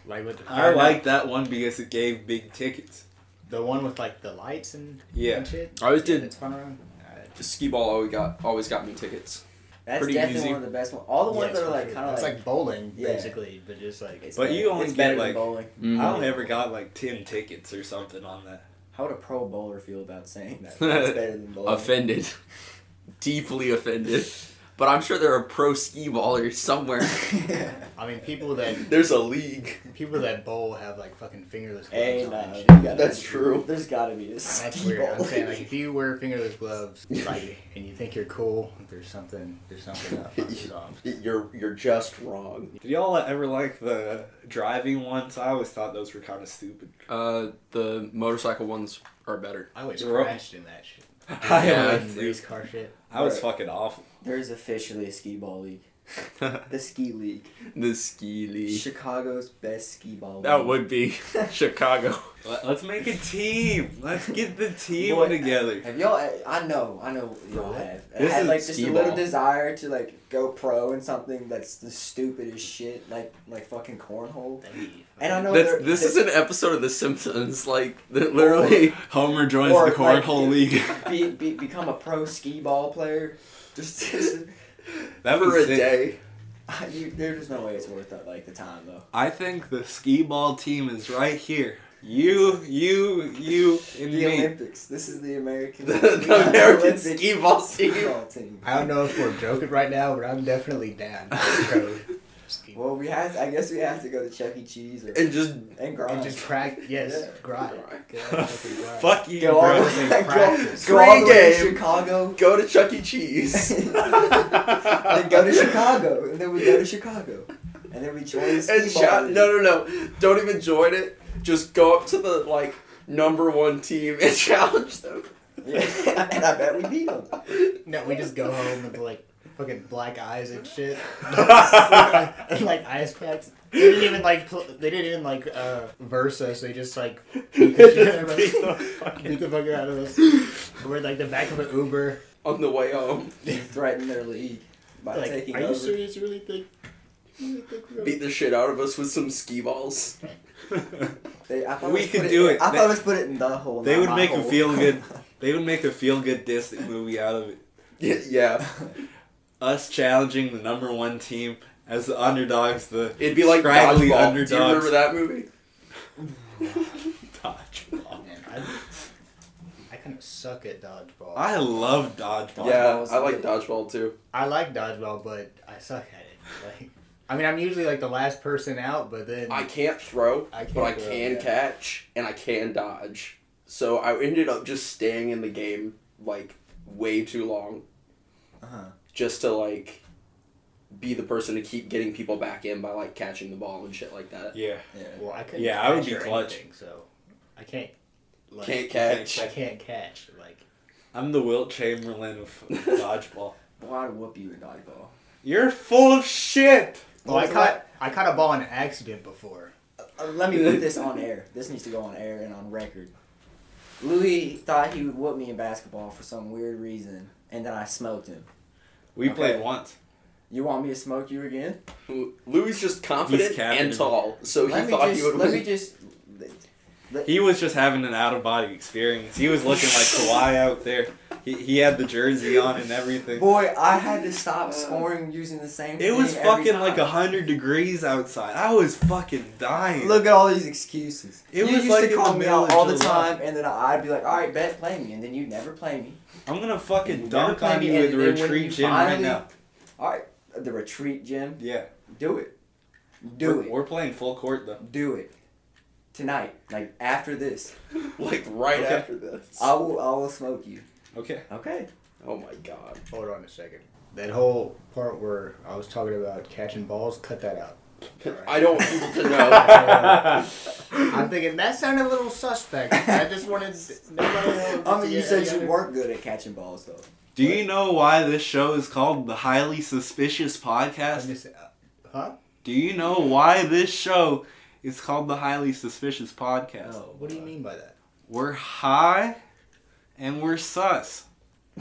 [SPEAKER 1] like with the
[SPEAKER 2] I liked that one because it gave big tickets.
[SPEAKER 1] the one with like the lights and
[SPEAKER 2] Yeah.
[SPEAKER 1] and shit.
[SPEAKER 4] I always did-
[SPEAKER 1] It's fun around. Uh,
[SPEAKER 4] Skee ball always got always got me tickets.
[SPEAKER 3] That's
[SPEAKER 4] pretty
[SPEAKER 3] definitely
[SPEAKER 4] easy.
[SPEAKER 3] one of the best ones. All the ones
[SPEAKER 1] Yeah,
[SPEAKER 3] that
[SPEAKER 1] it's
[SPEAKER 3] are like
[SPEAKER 1] for sure.
[SPEAKER 3] kind of
[SPEAKER 1] it's
[SPEAKER 3] like,
[SPEAKER 1] like bowling
[SPEAKER 3] Yeah.
[SPEAKER 1] basically, but just like
[SPEAKER 3] it's
[SPEAKER 2] But
[SPEAKER 3] better-
[SPEAKER 2] you only
[SPEAKER 3] it's
[SPEAKER 2] get,
[SPEAKER 3] better than
[SPEAKER 2] like-
[SPEAKER 3] bowling.
[SPEAKER 4] Mm-hmm.
[SPEAKER 2] I only ever got like ten tickets or something on that.
[SPEAKER 3] How would a pro bowler feel about saying that? It's better than bowling.
[SPEAKER 4] offended, deeply offended. But I'm sure there are pro skee ballers somewhere.
[SPEAKER 1] I mean, people that
[SPEAKER 7] There's a league.
[SPEAKER 1] people that bowl have like fucking fingerless gloves
[SPEAKER 3] hey,
[SPEAKER 1] on.
[SPEAKER 3] no,
[SPEAKER 1] and
[SPEAKER 3] you
[SPEAKER 1] shit.
[SPEAKER 3] gotta-
[SPEAKER 7] That's true.
[SPEAKER 3] There's gotta be this.
[SPEAKER 1] That's weird. I'm saying like if you wear fingerless gloves, like, and you think you're cool, there's something there's something up. on your arms.
[SPEAKER 7] You're you're just wrong.
[SPEAKER 2] Did y'all ever like the driving ones? I always thought those were kind of stupid.
[SPEAKER 4] Uh, the motorcycle ones are better.
[SPEAKER 1] I always
[SPEAKER 2] You're up.
[SPEAKER 1] crashed in that shit.
[SPEAKER 2] I,
[SPEAKER 4] Yeah.
[SPEAKER 1] In
[SPEAKER 2] was,
[SPEAKER 1] race car shit.
[SPEAKER 2] I was fucking awful.
[SPEAKER 3] There's officially a skee ball league. The ski league.
[SPEAKER 4] the ski league.
[SPEAKER 3] Chicago's best skee ball.
[SPEAKER 4] That
[SPEAKER 3] league.
[SPEAKER 4] would be Chicago.
[SPEAKER 2] Let- Let's make a team. Let's get the team
[SPEAKER 3] Boy,
[SPEAKER 2] together.
[SPEAKER 3] Have y'all? eh, I know, I know y'all have. I
[SPEAKER 2] This
[SPEAKER 3] had
[SPEAKER 2] is
[SPEAKER 3] like just a
[SPEAKER 4] skee
[SPEAKER 3] little
[SPEAKER 4] ball.
[SPEAKER 3] desire to like go pro in something that's the stupidest shit, like like fucking cornhole. And I know there-
[SPEAKER 4] That's, this
[SPEAKER 3] there-
[SPEAKER 4] is an episode of The Simpsons. Like that literally,
[SPEAKER 2] Homer joins
[SPEAKER 3] Or,
[SPEAKER 2] the cornhole
[SPEAKER 3] like,
[SPEAKER 2] league.
[SPEAKER 3] be, be, become a pro skee ball player. Just,
[SPEAKER 2] that
[SPEAKER 7] For
[SPEAKER 2] was
[SPEAKER 7] a
[SPEAKER 2] sick.
[SPEAKER 7] day.
[SPEAKER 3] you, there's no way it's worth it. Like the time though.
[SPEAKER 2] I think the skee ball team is right here. You, you, you, and me.
[SPEAKER 3] The Olympics. This is the American.
[SPEAKER 7] The,
[SPEAKER 3] we got
[SPEAKER 7] the American
[SPEAKER 3] Olympic
[SPEAKER 7] skee ball
[SPEAKER 3] skee
[SPEAKER 7] team.
[SPEAKER 3] ball team.
[SPEAKER 1] I don't know if we're joking right now, but I'm definitely down. Bro.
[SPEAKER 3] Well, we have. I guess we have to go to Chuck E. Cheese or,
[SPEAKER 7] And just
[SPEAKER 3] and grind.
[SPEAKER 1] and just practice. Yes,
[SPEAKER 3] Yeah.
[SPEAKER 1] grind.
[SPEAKER 2] Fuck you,
[SPEAKER 3] go all,
[SPEAKER 2] bro.
[SPEAKER 1] Practice.
[SPEAKER 3] go, go
[SPEAKER 1] Free
[SPEAKER 3] all the way to
[SPEAKER 7] game.
[SPEAKER 3] Chicago.
[SPEAKER 7] go to Chuck E. Cheese.
[SPEAKER 3] then go to Chicago, and then we go to Chicago, and then we join the skee
[SPEAKER 7] and
[SPEAKER 3] ball
[SPEAKER 7] shout,
[SPEAKER 3] league.
[SPEAKER 7] no, no, no! Don't even join it. Just go up to the like number one team and challenge them.
[SPEAKER 3] Yeah, and I bet we beat them.
[SPEAKER 1] No, we just go home with like fucking black eyes and shit, and like ice packs. They didn't even like pl- they didn't even like uh, verse us. They just like beat the, shit out of us. beat the fuck out of us. We're in, like the back of an Uber.
[SPEAKER 7] on the way home.
[SPEAKER 3] You threaten their league by
[SPEAKER 1] Like,
[SPEAKER 3] taking
[SPEAKER 1] are you
[SPEAKER 3] over.
[SPEAKER 1] serious? You really think? You really think we're
[SPEAKER 7] Beat the shit out of us with some skee balls.
[SPEAKER 3] They, I thought
[SPEAKER 2] We
[SPEAKER 3] let's
[SPEAKER 2] could
[SPEAKER 3] put
[SPEAKER 2] do
[SPEAKER 3] in-
[SPEAKER 2] it.
[SPEAKER 3] I
[SPEAKER 2] They-
[SPEAKER 3] thought let's put it in the hole.
[SPEAKER 2] They
[SPEAKER 3] not
[SPEAKER 2] would
[SPEAKER 3] my
[SPEAKER 2] make a
[SPEAKER 3] hole.
[SPEAKER 2] feel good. They would make a feel good Disney movie out of it.
[SPEAKER 7] Yeah, yeah.
[SPEAKER 2] Us challenging the number one team as the underdogs. The
[SPEAKER 7] It'd be like
[SPEAKER 2] scraggly
[SPEAKER 7] dodgeball.
[SPEAKER 2] underdogs.
[SPEAKER 7] Do you remember that movie?
[SPEAKER 2] Dodgeball.
[SPEAKER 1] Man, I, I kind of suck at dodgeball. I,
[SPEAKER 2] I love dodgeball.
[SPEAKER 7] yeah,
[SPEAKER 3] Dodgeball's
[SPEAKER 7] I like
[SPEAKER 3] good.
[SPEAKER 7] dodgeball too.
[SPEAKER 1] like dodgeball, but I suck at it. Like, I mean, I'm usually like the last person out, but then
[SPEAKER 7] I can't throw,
[SPEAKER 1] I can't
[SPEAKER 7] but I
[SPEAKER 1] throw,
[SPEAKER 7] can
[SPEAKER 1] yeah.
[SPEAKER 7] catch and I can dodge. So I ended up just staying in the game like way too long,
[SPEAKER 2] Uh-huh.
[SPEAKER 7] just to like be the person to keep getting people back in by like catching the ball and shit like that.
[SPEAKER 2] Yeah.
[SPEAKER 1] well, I couldn't.
[SPEAKER 2] Yeah, I would
[SPEAKER 1] catch
[SPEAKER 2] be
[SPEAKER 1] or
[SPEAKER 2] clutch.
[SPEAKER 1] anything, so I can't. Like,
[SPEAKER 7] Can't catch.
[SPEAKER 1] I can't catch. Like,
[SPEAKER 2] I'm the Wilt Chamberlain of dodgeball.
[SPEAKER 3] Well, I'd whoop you in dodgeball.
[SPEAKER 2] You're full of shit.
[SPEAKER 1] well, I
[SPEAKER 3] What's
[SPEAKER 1] caught I caught a ball in an accident before.
[SPEAKER 3] Uh, let me put this on air. This needs to go on air and on record. Louis thought he would whoop me in basketball for some weird reason, and then I smoked him.
[SPEAKER 2] We
[SPEAKER 3] Okay.
[SPEAKER 2] played once.
[SPEAKER 3] You want me to smoke you again?
[SPEAKER 7] Lu- Louis just confident and
[SPEAKER 2] captain.
[SPEAKER 7] tall, so
[SPEAKER 3] let
[SPEAKER 7] he
[SPEAKER 3] me
[SPEAKER 7] thought
[SPEAKER 3] just.
[SPEAKER 7] he would
[SPEAKER 3] let
[SPEAKER 7] win.
[SPEAKER 3] me just.
[SPEAKER 2] He was just having an out of body experience. He was looking like Kawhi out there. He, he had the jersey on and everything.
[SPEAKER 3] Boy, I had to stop
[SPEAKER 1] uh,
[SPEAKER 3] scoring using the same.
[SPEAKER 2] It was
[SPEAKER 3] thing every
[SPEAKER 2] fucking like
[SPEAKER 3] time.
[SPEAKER 2] hundred degrees outside. I was fucking dying.
[SPEAKER 3] Look at all these excuses.
[SPEAKER 2] It
[SPEAKER 3] you
[SPEAKER 2] was
[SPEAKER 3] used
[SPEAKER 2] like in
[SPEAKER 3] to
[SPEAKER 2] the
[SPEAKER 3] call me
[SPEAKER 2] middle
[SPEAKER 3] out
[SPEAKER 2] of
[SPEAKER 3] all the
[SPEAKER 2] July.
[SPEAKER 3] time, and then I'd be like, "All right, bet, play me," and then you'd never play me.
[SPEAKER 2] I'm gonna fucking
[SPEAKER 3] You
[SPEAKER 2] dunk
[SPEAKER 3] never
[SPEAKER 2] on
[SPEAKER 3] play
[SPEAKER 2] you
[SPEAKER 3] me,
[SPEAKER 2] with a
[SPEAKER 3] and then when
[SPEAKER 2] retreat
[SPEAKER 3] you
[SPEAKER 2] gym right
[SPEAKER 3] finally-
[SPEAKER 2] now.
[SPEAKER 3] All right, the retreat gym.
[SPEAKER 2] Yeah,
[SPEAKER 3] Do it. Do
[SPEAKER 2] we're,
[SPEAKER 3] it.
[SPEAKER 2] we're playing full court though.
[SPEAKER 3] Do it. Tonight, like after this,
[SPEAKER 7] like right
[SPEAKER 2] Okay.
[SPEAKER 7] after this.
[SPEAKER 3] I will. I will smoke you.
[SPEAKER 2] Okay.
[SPEAKER 3] Okay.
[SPEAKER 7] oh my god.
[SPEAKER 1] Hold on a second. That whole part where I was talking about catching balls, cut that out.
[SPEAKER 7] I don't want people to know.
[SPEAKER 1] I'm thinking that sounded a little suspect. I just wanted nobody. wanted to
[SPEAKER 3] I mean, you
[SPEAKER 1] get
[SPEAKER 3] said
[SPEAKER 1] any
[SPEAKER 3] you
[SPEAKER 1] other-
[SPEAKER 3] weren't good at catching balls, though.
[SPEAKER 2] Do you know why this show is called the Highly Suspicious
[SPEAKER 1] I
[SPEAKER 2] Podcast?
[SPEAKER 1] just- uh, huh?
[SPEAKER 2] Do you know why this show is called the Highly Suspicious Podcast?
[SPEAKER 1] Oh, What do you mean by that?
[SPEAKER 2] We're high and we're sus.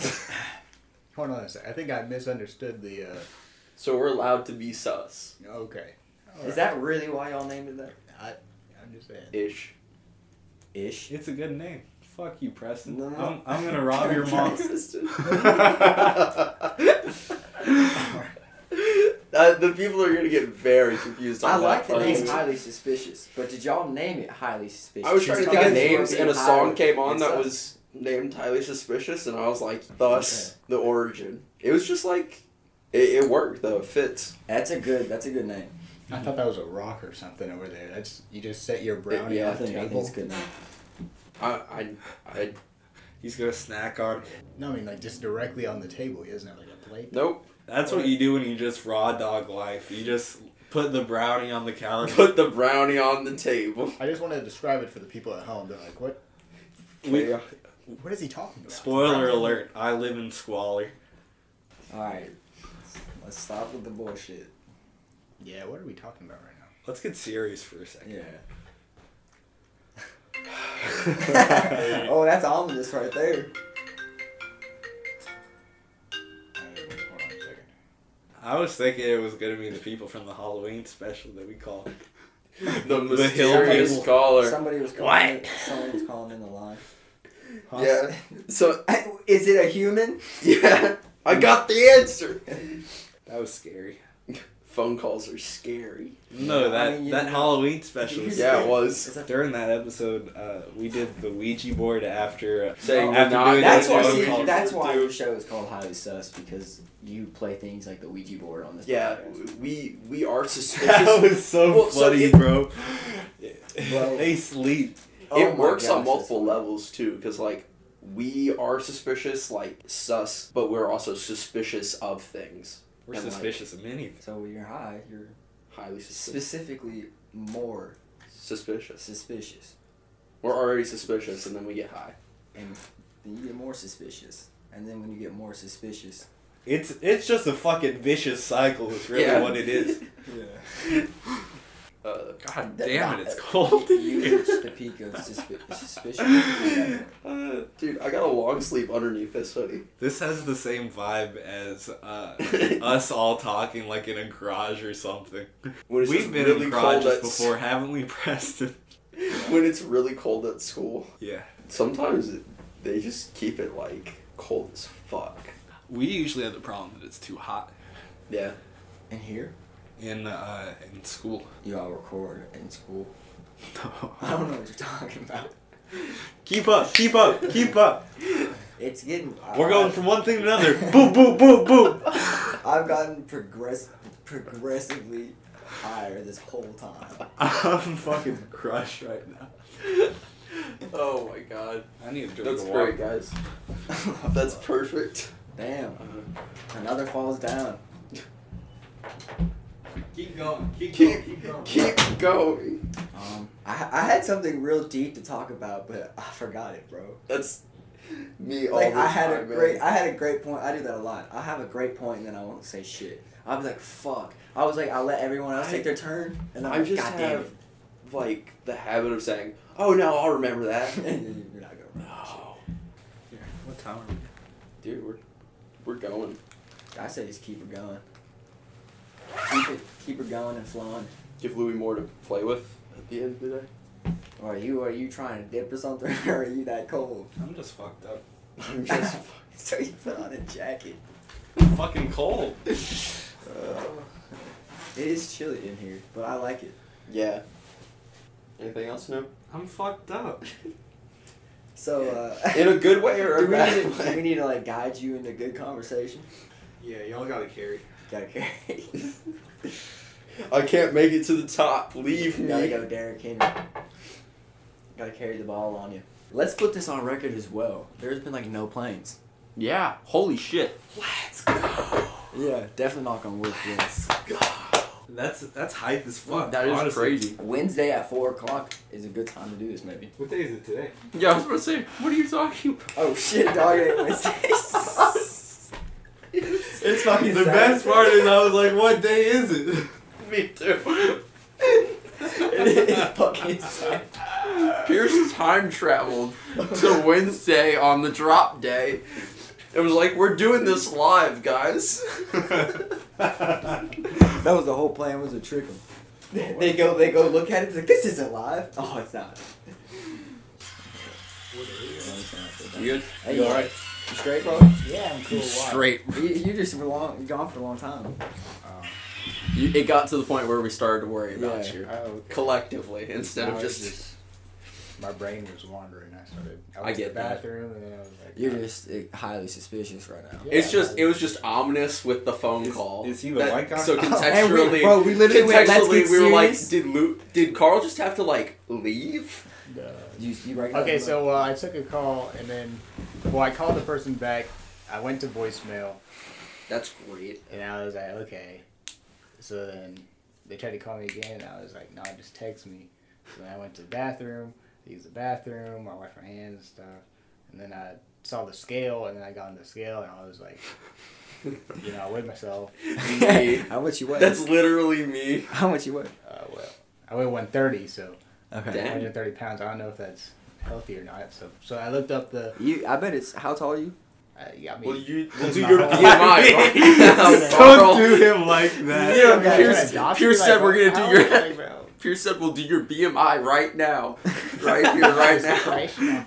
[SPEAKER 1] Hold on a second. I think I misunderstood the. Uh,
[SPEAKER 7] so we're allowed to be sus
[SPEAKER 1] okay.
[SPEAKER 3] Is that really why y'all named it that?
[SPEAKER 1] I, I'm just saying.
[SPEAKER 7] ish.
[SPEAKER 3] Ish.
[SPEAKER 2] It's a good name. Fuck you, Preston.
[SPEAKER 3] No, no.
[SPEAKER 2] I'm, I'm gonna rob your mom.
[SPEAKER 7] Uh, the people are gonna get very confused. On
[SPEAKER 3] I
[SPEAKER 7] that
[SPEAKER 3] like the
[SPEAKER 7] fucking-
[SPEAKER 3] name highly suspicious, but did y'all name it highly suspicious?
[SPEAKER 7] I was trying to think of names, and a song came on
[SPEAKER 3] It's
[SPEAKER 7] that
[SPEAKER 3] a-
[SPEAKER 7] was named "Highly Suspicious," and I was like, "Thus the origin." It was just like, it, it worked though. It fits.
[SPEAKER 3] That's a good. That's a good name.
[SPEAKER 1] I thought that was a rock or something over there. That's you just set your brownie
[SPEAKER 7] yeah,
[SPEAKER 1] on
[SPEAKER 3] I
[SPEAKER 1] the
[SPEAKER 3] think, I think
[SPEAKER 1] table.
[SPEAKER 3] it's a good name.
[SPEAKER 7] I, I, I
[SPEAKER 2] He's gonna snack on.
[SPEAKER 1] No, I mean like just directly on the table. He doesn't have like a plate.
[SPEAKER 7] nope.
[SPEAKER 2] That's what you do when you just raw dog life. You just put the brownie on the counter.
[SPEAKER 7] Put the brownie on the table.
[SPEAKER 1] I just want to describe it for the people at home. They're like, what?
[SPEAKER 2] We-
[SPEAKER 7] Yeah.
[SPEAKER 1] What is he talking about?
[SPEAKER 2] Spoiler alert, I live in squalor.
[SPEAKER 3] All right, let's stop with the bullshit.
[SPEAKER 1] Yeah. What are we talking about right now?
[SPEAKER 2] Let's get serious for a second.
[SPEAKER 3] Yeah. oh, that's ominous right there.
[SPEAKER 1] Uh, Hold on a second.
[SPEAKER 2] I was thinking it was gonna be the people from the Halloween special that we call.
[SPEAKER 7] The
[SPEAKER 2] The hill
[SPEAKER 7] mysterious
[SPEAKER 2] people.
[SPEAKER 7] caller.
[SPEAKER 3] Somebody was calling. In, someone was calling in the line.
[SPEAKER 2] Huh?
[SPEAKER 7] yeah. So
[SPEAKER 3] Is it a human?
[SPEAKER 7] yeah, I got the answer.
[SPEAKER 2] That was scary.
[SPEAKER 7] Phone calls are scary.
[SPEAKER 2] No, that
[SPEAKER 3] mean, you
[SPEAKER 2] that
[SPEAKER 3] know-
[SPEAKER 2] Halloween special was
[SPEAKER 7] Yeah, it
[SPEAKER 2] scary.
[SPEAKER 7] was.
[SPEAKER 3] Is it-
[SPEAKER 2] During that episode, uh, we did the Ouija board after uh,
[SPEAKER 7] Saying
[SPEAKER 2] after
[SPEAKER 7] not-
[SPEAKER 2] doing
[SPEAKER 3] That's
[SPEAKER 2] the
[SPEAKER 3] why.
[SPEAKER 7] Phone
[SPEAKER 3] See,
[SPEAKER 2] calls.
[SPEAKER 3] that's why
[SPEAKER 7] Dude.
[SPEAKER 3] your show is called Highly Sus because you play things like the Ouija board on this.
[SPEAKER 7] Yeah,
[SPEAKER 3] podcast.
[SPEAKER 7] we we are suspicious.
[SPEAKER 2] That was so
[SPEAKER 7] Well, so
[SPEAKER 2] funny,
[SPEAKER 7] it-
[SPEAKER 2] bro.
[SPEAKER 3] Bro.
[SPEAKER 2] they sleep.
[SPEAKER 3] Oh
[SPEAKER 7] it
[SPEAKER 3] my
[SPEAKER 7] works
[SPEAKER 3] gosh,
[SPEAKER 7] on
[SPEAKER 3] that's
[SPEAKER 7] multiple
[SPEAKER 3] funny.
[SPEAKER 7] levels too, because like we are suspicious, like sus, but we're also suspicious of things.
[SPEAKER 2] We're
[SPEAKER 7] And, like,
[SPEAKER 2] suspicious of anything.
[SPEAKER 3] So when you're high, you're
[SPEAKER 7] highly suspicious.
[SPEAKER 3] specifically more
[SPEAKER 7] suspicious.
[SPEAKER 3] suspicious,
[SPEAKER 7] We're already suspicious, and then we get high.
[SPEAKER 3] and then you get more suspicious, and then when you get more suspicious,
[SPEAKER 2] It's it's just a fucking vicious cycle. Is really
[SPEAKER 7] Yeah.
[SPEAKER 2] what it is.
[SPEAKER 3] yeah.
[SPEAKER 7] Uh,
[SPEAKER 2] God
[SPEAKER 3] That-
[SPEAKER 2] damn it,
[SPEAKER 3] that-
[SPEAKER 2] it's cold in
[SPEAKER 3] You
[SPEAKER 2] here.
[SPEAKER 3] reached the peak of suspi- suspicion.
[SPEAKER 7] uh, dude, I got a long sleeve underneath this hoodie.
[SPEAKER 2] This has the same vibe as uh, us all talking like in a garage or something.
[SPEAKER 7] When it's
[SPEAKER 2] We've
[SPEAKER 7] just
[SPEAKER 2] been
[SPEAKER 7] really
[SPEAKER 2] in
[SPEAKER 7] cold
[SPEAKER 2] garages
[SPEAKER 7] at s-
[SPEAKER 2] before, haven't we, Preston?
[SPEAKER 7] When it's really cold at school,
[SPEAKER 2] Yeah.
[SPEAKER 7] sometimes it, they just keep it like cold as fuck.
[SPEAKER 2] We usually have the problem that it's too hot
[SPEAKER 7] Yeah.
[SPEAKER 3] And here,
[SPEAKER 2] in uh, in school.
[SPEAKER 3] you all record in school. I don't know what you're talking about.
[SPEAKER 2] keep up, keep up, keep up.
[SPEAKER 3] It's getting.
[SPEAKER 2] We're going from one thing to another. boop, boop, boop, boop.
[SPEAKER 3] I've gotten progress progressively higher this whole time.
[SPEAKER 2] I'm fucking crushed right now.
[SPEAKER 7] Oh my god.
[SPEAKER 2] I need a drink
[SPEAKER 7] That's
[SPEAKER 2] of water.
[SPEAKER 7] great, guys. That's perfect.
[SPEAKER 3] Damn.
[SPEAKER 7] Uh-huh.
[SPEAKER 3] Another falls down.
[SPEAKER 2] Keep going, keep,
[SPEAKER 7] Keep keep going.
[SPEAKER 3] Um, I, I had something real deep to talk about, but I forgot it, bro.
[SPEAKER 7] That's me all
[SPEAKER 3] Like
[SPEAKER 7] the
[SPEAKER 3] I had
[SPEAKER 7] time,
[SPEAKER 3] a
[SPEAKER 7] man.
[SPEAKER 3] great, I had a great point. I do that a lot. I have a great point, and then I won't say shit. I was like, "Fuck!" I was like, "I'll let everyone else
[SPEAKER 7] I-
[SPEAKER 3] take their turn," and then
[SPEAKER 7] I just
[SPEAKER 3] God damn
[SPEAKER 7] have like the habit of saying, "Oh no, I'll remember that."
[SPEAKER 3] it. and then you're not gonna.
[SPEAKER 7] no,
[SPEAKER 2] What time are we?
[SPEAKER 7] dude, we're we're going.
[SPEAKER 3] I say just keep it going. Keep it, keep it going and flowing.
[SPEAKER 7] Give Louis more to play with at the end of the day.
[SPEAKER 3] Or are you are you trying to dip or something? or are you that cold?
[SPEAKER 2] I'm just fucked up.
[SPEAKER 7] I'm just
[SPEAKER 3] so you put on a jacket.
[SPEAKER 2] fucking cold.
[SPEAKER 3] It is chilly in here, but I like it.
[SPEAKER 7] yeah. Anything else, no?
[SPEAKER 2] I'm fucked up.
[SPEAKER 3] So uh,
[SPEAKER 7] In a good way or a
[SPEAKER 3] do we,
[SPEAKER 7] bad
[SPEAKER 3] need to,
[SPEAKER 7] way?
[SPEAKER 3] do we need to like guide you into good conversation?
[SPEAKER 2] Yeah, y'all gotta carry.
[SPEAKER 3] Gotta carry.
[SPEAKER 7] I can't make it to the top. Leave me.
[SPEAKER 3] Gotta go, Derrick Henry. Gotta carry the ball on you. Let's put this on record as well. There's been like no planes.
[SPEAKER 4] Yeah. Holy shit.
[SPEAKER 2] Let's go.
[SPEAKER 3] Yeah, definitely knock on wood. Yes.
[SPEAKER 2] That's that's hype as fuck.
[SPEAKER 4] that is
[SPEAKER 2] honestly.
[SPEAKER 4] crazy.
[SPEAKER 3] Wednesday at four o'clock is a good time to do this, maybe.
[SPEAKER 2] What day is it today?
[SPEAKER 4] Yeah, I was about to say, what are you talking about?
[SPEAKER 3] Oh shit, dog! It ain't Wednesday. it's fucking
[SPEAKER 2] the best part is I was like, what day is it?
[SPEAKER 7] me too.
[SPEAKER 3] it is fucking Saturday.
[SPEAKER 4] Pierce time traveled to Wednesday on the drop day.
[SPEAKER 7] It was like we're doing this live, guys.
[SPEAKER 3] That was the whole plan was to trick him. they go, they go look at it. It's like this isn't live. Oh, it's not.
[SPEAKER 4] You good?
[SPEAKER 3] Hey, you alright? You straight, bro? Yeah, I'm cool.
[SPEAKER 4] Straight.
[SPEAKER 3] You, you just were long gone for a long time.
[SPEAKER 4] You, it got to the point where we started to worry about you.
[SPEAKER 1] Oh,
[SPEAKER 7] Collectively, instead
[SPEAKER 1] Now
[SPEAKER 7] of
[SPEAKER 1] it's
[SPEAKER 7] just,
[SPEAKER 1] my brain was wandering. I started. I,
[SPEAKER 4] I
[SPEAKER 1] was
[SPEAKER 4] get
[SPEAKER 1] in the
[SPEAKER 4] that.
[SPEAKER 1] bathroom, and then I was like,
[SPEAKER 3] You're
[SPEAKER 1] "Oh,
[SPEAKER 3] just uh, highly suspicious right now.
[SPEAKER 1] yeah,
[SPEAKER 7] it's just
[SPEAKER 1] I-
[SPEAKER 7] it was just ominous with the phone call.
[SPEAKER 2] is he the white guy?
[SPEAKER 7] So
[SPEAKER 2] Oh,
[SPEAKER 3] and we-
[SPEAKER 7] contextually,
[SPEAKER 3] bro, we literally went, "Let's
[SPEAKER 7] contextually,
[SPEAKER 3] get
[SPEAKER 7] we were like,
[SPEAKER 3] serious."
[SPEAKER 7] did Lu- did Carl just have to like leave?
[SPEAKER 1] Duh.
[SPEAKER 3] You, you recognize
[SPEAKER 1] Okay,
[SPEAKER 3] him, bro?
[SPEAKER 1] so uh, I took a call and then, well, I called the person back. I went to voicemail
[SPEAKER 7] That's great.
[SPEAKER 1] and I was like, okay. So then they tried to call me again. And I was like, no, just text me. So then I went to the bathroom, I used the bathroom, I washed my hands and stuff. And then I saw the scale and then I got on the scale and I was like, you know, I weighed myself.
[SPEAKER 7] Me.
[SPEAKER 3] how much you weigh?
[SPEAKER 7] That's literally me.
[SPEAKER 3] how much you weigh?
[SPEAKER 1] Uh, well, I weigh 130, so
[SPEAKER 3] Okay.
[SPEAKER 7] Damn.
[SPEAKER 1] 130 pounds. I don't know if that's healthy or not. So, so I looked up the,
[SPEAKER 3] You, I bet it's how tall are you?
[SPEAKER 1] uh, yeah, I mean,
[SPEAKER 7] Well, you we'll do
[SPEAKER 1] my
[SPEAKER 7] your
[SPEAKER 1] whole-
[SPEAKER 7] BMI.
[SPEAKER 2] Don't
[SPEAKER 7] Carl.
[SPEAKER 2] do him like that.
[SPEAKER 1] Yeah,
[SPEAKER 4] Yeah, Pierce- Pierce said we're gonna do your- Pierce said, "We'll do your BMI right now, right here, right now."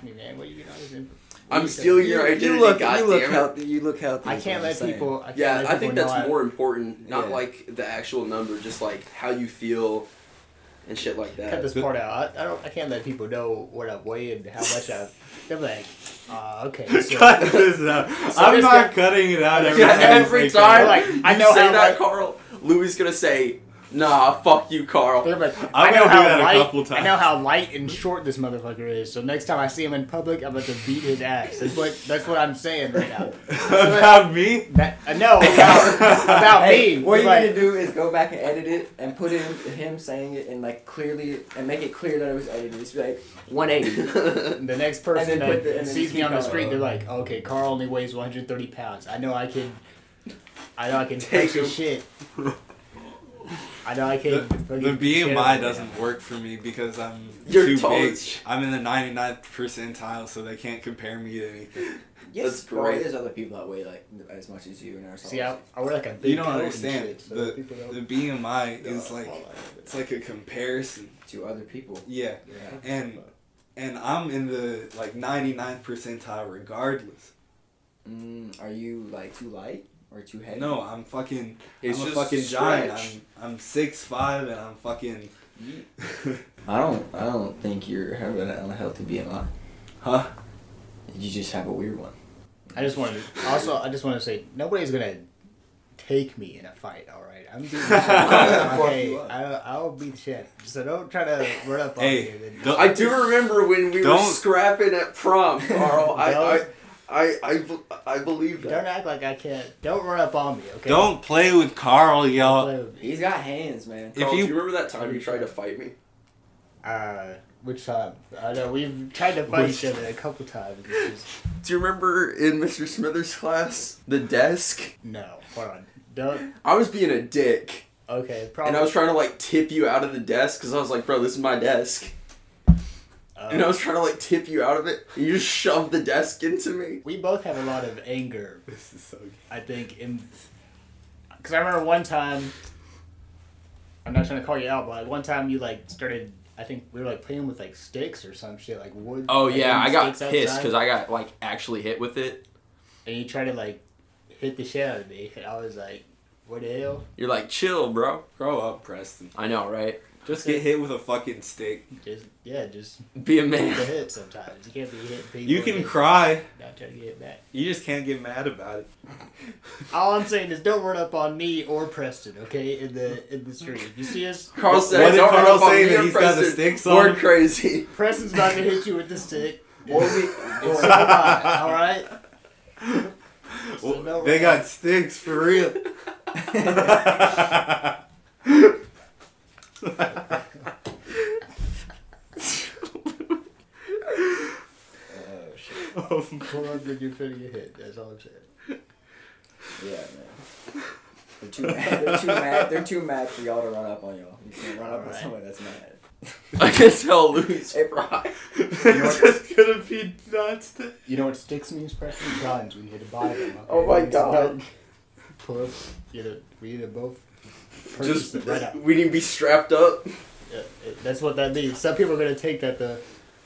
[SPEAKER 7] I'm stealing your
[SPEAKER 3] You-
[SPEAKER 7] identity.
[SPEAKER 3] You look,
[SPEAKER 7] God
[SPEAKER 3] you look
[SPEAKER 7] damn it.
[SPEAKER 3] healthy. You look healthy.
[SPEAKER 1] I
[SPEAKER 3] is
[SPEAKER 1] can't
[SPEAKER 3] what I'm
[SPEAKER 1] let
[SPEAKER 3] saying.
[SPEAKER 1] people. I can't
[SPEAKER 7] Yeah,
[SPEAKER 1] let
[SPEAKER 7] I think
[SPEAKER 1] people
[SPEAKER 7] that's
[SPEAKER 1] know
[SPEAKER 7] more important. Not
[SPEAKER 3] Yeah.
[SPEAKER 7] like the actual number, just like how you feel and shit like
[SPEAKER 1] I, cut
[SPEAKER 7] that.
[SPEAKER 1] this part out. I, I don't. I can't let people know what I weigh and how much I. They're like, uh, okay. So,
[SPEAKER 2] Cut this out. I'm
[SPEAKER 1] this
[SPEAKER 2] not
[SPEAKER 1] guy-
[SPEAKER 2] cutting it out every
[SPEAKER 7] Yeah,
[SPEAKER 2] time.
[SPEAKER 7] every
[SPEAKER 2] Like,
[SPEAKER 7] time
[SPEAKER 1] Like, I
[SPEAKER 7] you
[SPEAKER 1] know
[SPEAKER 7] say
[SPEAKER 1] how
[SPEAKER 7] that,
[SPEAKER 1] much-
[SPEAKER 7] Carl, Louis is gonna say, "Nah, fuck you, Carl."
[SPEAKER 1] they're like,
[SPEAKER 2] I'm
[SPEAKER 1] I know
[SPEAKER 2] gonna do
[SPEAKER 1] how
[SPEAKER 2] that a
[SPEAKER 1] light.
[SPEAKER 2] couple
[SPEAKER 1] I know how light and short this motherfucker is. So next time I see him in public, I'm about to beat his ass. That's what. That's what I'm saying right now.
[SPEAKER 2] About me?
[SPEAKER 1] That I know about, about
[SPEAKER 3] Hey,
[SPEAKER 1] me.
[SPEAKER 3] what you
[SPEAKER 1] Like,
[SPEAKER 3] need to do is go back and edit it and put in him saying it and like clearly and make it clear that it was edited. Just be like 180.
[SPEAKER 1] The next
[SPEAKER 3] And
[SPEAKER 1] person
[SPEAKER 3] then
[SPEAKER 1] that
[SPEAKER 3] put the- and then
[SPEAKER 1] sees me
[SPEAKER 3] keep
[SPEAKER 1] on the
[SPEAKER 3] going.
[SPEAKER 1] street, they're like, "Okay, Carl only weighs 130 pounds. I know I can, I know I can take
[SPEAKER 7] Take
[SPEAKER 1] his
[SPEAKER 7] him.
[SPEAKER 1] shit. I know I
[SPEAKER 2] The,
[SPEAKER 1] can't.
[SPEAKER 2] the BMI doesn't work for me because I'm
[SPEAKER 7] You're
[SPEAKER 2] too
[SPEAKER 7] tall
[SPEAKER 2] big.
[SPEAKER 7] as sh-
[SPEAKER 2] I'm in the 99th percentile, so they can't compare me to anything.
[SPEAKER 7] That's
[SPEAKER 3] well,
[SPEAKER 7] great.
[SPEAKER 3] There's other people that weigh like as much as you and ourselves.
[SPEAKER 1] See, I, I wear like a big
[SPEAKER 2] You don't
[SPEAKER 1] coat and
[SPEAKER 2] understand.
[SPEAKER 1] shit, so
[SPEAKER 2] The,
[SPEAKER 1] people don't-
[SPEAKER 2] the BMI is like it's like a comparison.
[SPEAKER 3] to other people.
[SPEAKER 2] Yeah,
[SPEAKER 3] Yeah.
[SPEAKER 2] and and I'm in the like 99th percentile regardless.
[SPEAKER 3] Mm, are you like too light or too heavy?
[SPEAKER 2] No, I'm fucking.
[SPEAKER 7] It's
[SPEAKER 2] I'm a
[SPEAKER 7] just
[SPEAKER 2] fucking
[SPEAKER 7] stretch.
[SPEAKER 2] giant. I'm I'm six five and I'm fucking.
[SPEAKER 3] I don't. I don't think you're having an unhealthy BMI.
[SPEAKER 2] Huh?
[SPEAKER 3] You just have a weird one.
[SPEAKER 1] I just wanted. To, also, I just want to say nobody's gonna take me in a fight. All right, I'm beating the shit.
[SPEAKER 2] Fuck
[SPEAKER 1] out
[SPEAKER 3] you
[SPEAKER 1] of you. okay,
[SPEAKER 3] up.
[SPEAKER 1] I'll, I'll beat the shit. So don't try to run up on
[SPEAKER 2] Hey,
[SPEAKER 1] me. Then.
[SPEAKER 2] don't-
[SPEAKER 7] I do remember when we were
[SPEAKER 2] Don't-
[SPEAKER 7] scrapping at prom, Carl. I, I,
[SPEAKER 1] Don't-
[SPEAKER 7] I, I, be- I believe
[SPEAKER 1] Don't
[SPEAKER 7] that.
[SPEAKER 1] act like I can't. Don't run up on me. Okay.
[SPEAKER 2] Don't play with Carl,
[SPEAKER 1] Don't
[SPEAKER 2] y'all.
[SPEAKER 1] play with me.
[SPEAKER 3] He's got hands, man.
[SPEAKER 2] If
[SPEAKER 7] Carl,
[SPEAKER 2] you-
[SPEAKER 7] do you remember that time you tried to fight me?
[SPEAKER 1] Uh, which time? I know we've tried to fight
[SPEAKER 2] Which-
[SPEAKER 1] each other a couple times. It's just,
[SPEAKER 7] Do you remember in Mr. Smithers' class the desk?
[SPEAKER 1] no, hold on. Don't.
[SPEAKER 7] I was being a dick,
[SPEAKER 1] Okay, probably.
[SPEAKER 7] and I was trying to like tip you out of the desk because I was like, bro, this is my desk,
[SPEAKER 1] uh,
[SPEAKER 7] and I was trying to like tip you out of it, and you just shoved the desk into me.
[SPEAKER 1] we both have a lot of anger
[SPEAKER 2] This is so.
[SPEAKER 1] I think in because I remember one time. I'm not trying to call you out, but like one time you like started. I think we were like playing with like sticks or some shit, like wood.
[SPEAKER 4] Oh
[SPEAKER 1] like,
[SPEAKER 4] yeah, I
[SPEAKER 1] wooden
[SPEAKER 4] got
[SPEAKER 1] sticks
[SPEAKER 4] pissed
[SPEAKER 1] outside,
[SPEAKER 4] because I got like actually hit with it.
[SPEAKER 1] and you tried to like hit the shit out of me, and I was like, "What the hell?"
[SPEAKER 4] You're like, chill, bro.
[SPEAKER 2] Grow up, Preston.
[SPEAKER 4] I know, right?
[SPEAKER 2] Just get hit with a fucking stick.
[SPEAKER 1] Just yeah, just
[SPEAKER 4] Be a
[SPEAKER 1] get
[SPEAKER 4] man.
[SPEAKER 1] hit sometimes. You can't be hit. People
[SPEAKER 2] You can
[SPEAKER 1] and
[SPEAKER 2] cry.
[SPEAKER 1] Not try to get hit back.
[SPEAKER 2] You just can't get mad about it.
[SPEAKER 1] All I'm saying is, don't run up on me or Preston, okay? In the in the street, if you see us,
[SPEAKER 7] Carl said,
[SPEAKER 2] What did
[SPEAKER 7] "Don't run
[SPEAKER 2] Carl
[SPEAKER 7] up on
[SPEAKER 2] say
[SPEAKER 7] me
[SPEAKER 2] that
[SPEAKER 7] or
[SPEAKER 2] he's got the
[SPEAKER 7] Preston.
[SPEAKER 2] sticks
[SPEAKER 7] We're
[SPEAKER 2] on?"
[SPEAKER 7] crazy."
[SPEAKER 1] Preston's not gonna hit you with the stick.
[SPEAKER 3] Or we,
[SPEAKER 1] and so am
[SPEAKER 3] or-
[SPEAKER 1] I, all right.
[SPEAKER 2] Well,
[SPEAKER 1] no,
[SPEAKER 2] they
[SPEAKER 1] we're
[SPEAKER 2] got
[SPEAKER 1] not.
[SPEAKER 2] sticks for real. oh shit.
[SPEAKER 1] Hold on, you're finna get hit. That's all I'm saying.
[SPEAKER 3] yeah, man. They're too mad. They're too mad. They're too mad for y'all to run up on y'all. You can't run up on
[SPEAKER 1] Alright.
[SPEAKER 3] someone that's mad.
[SPEAKER 4] I can tell Louis fried.
[SPEAKER 2] It's just gonna be nuts. To-
[SPEAKER 1] You know what sticks means, Preston? Guns. We need to buy them. okay?
[SPEAKER 7] Oh my
[SPEAKER 1] We need to
[SPEAKER 7] God.
[SPEAKER 1] Pull up. You know, we need to both. Purchase
[SPEAKER 7] Just
[SPEAKER 1] them right up.
[SPEAKER 7] we need to be strapped up.
[SPEAKER 1] Yeah, it- that's what that means. Some people are gonna take that the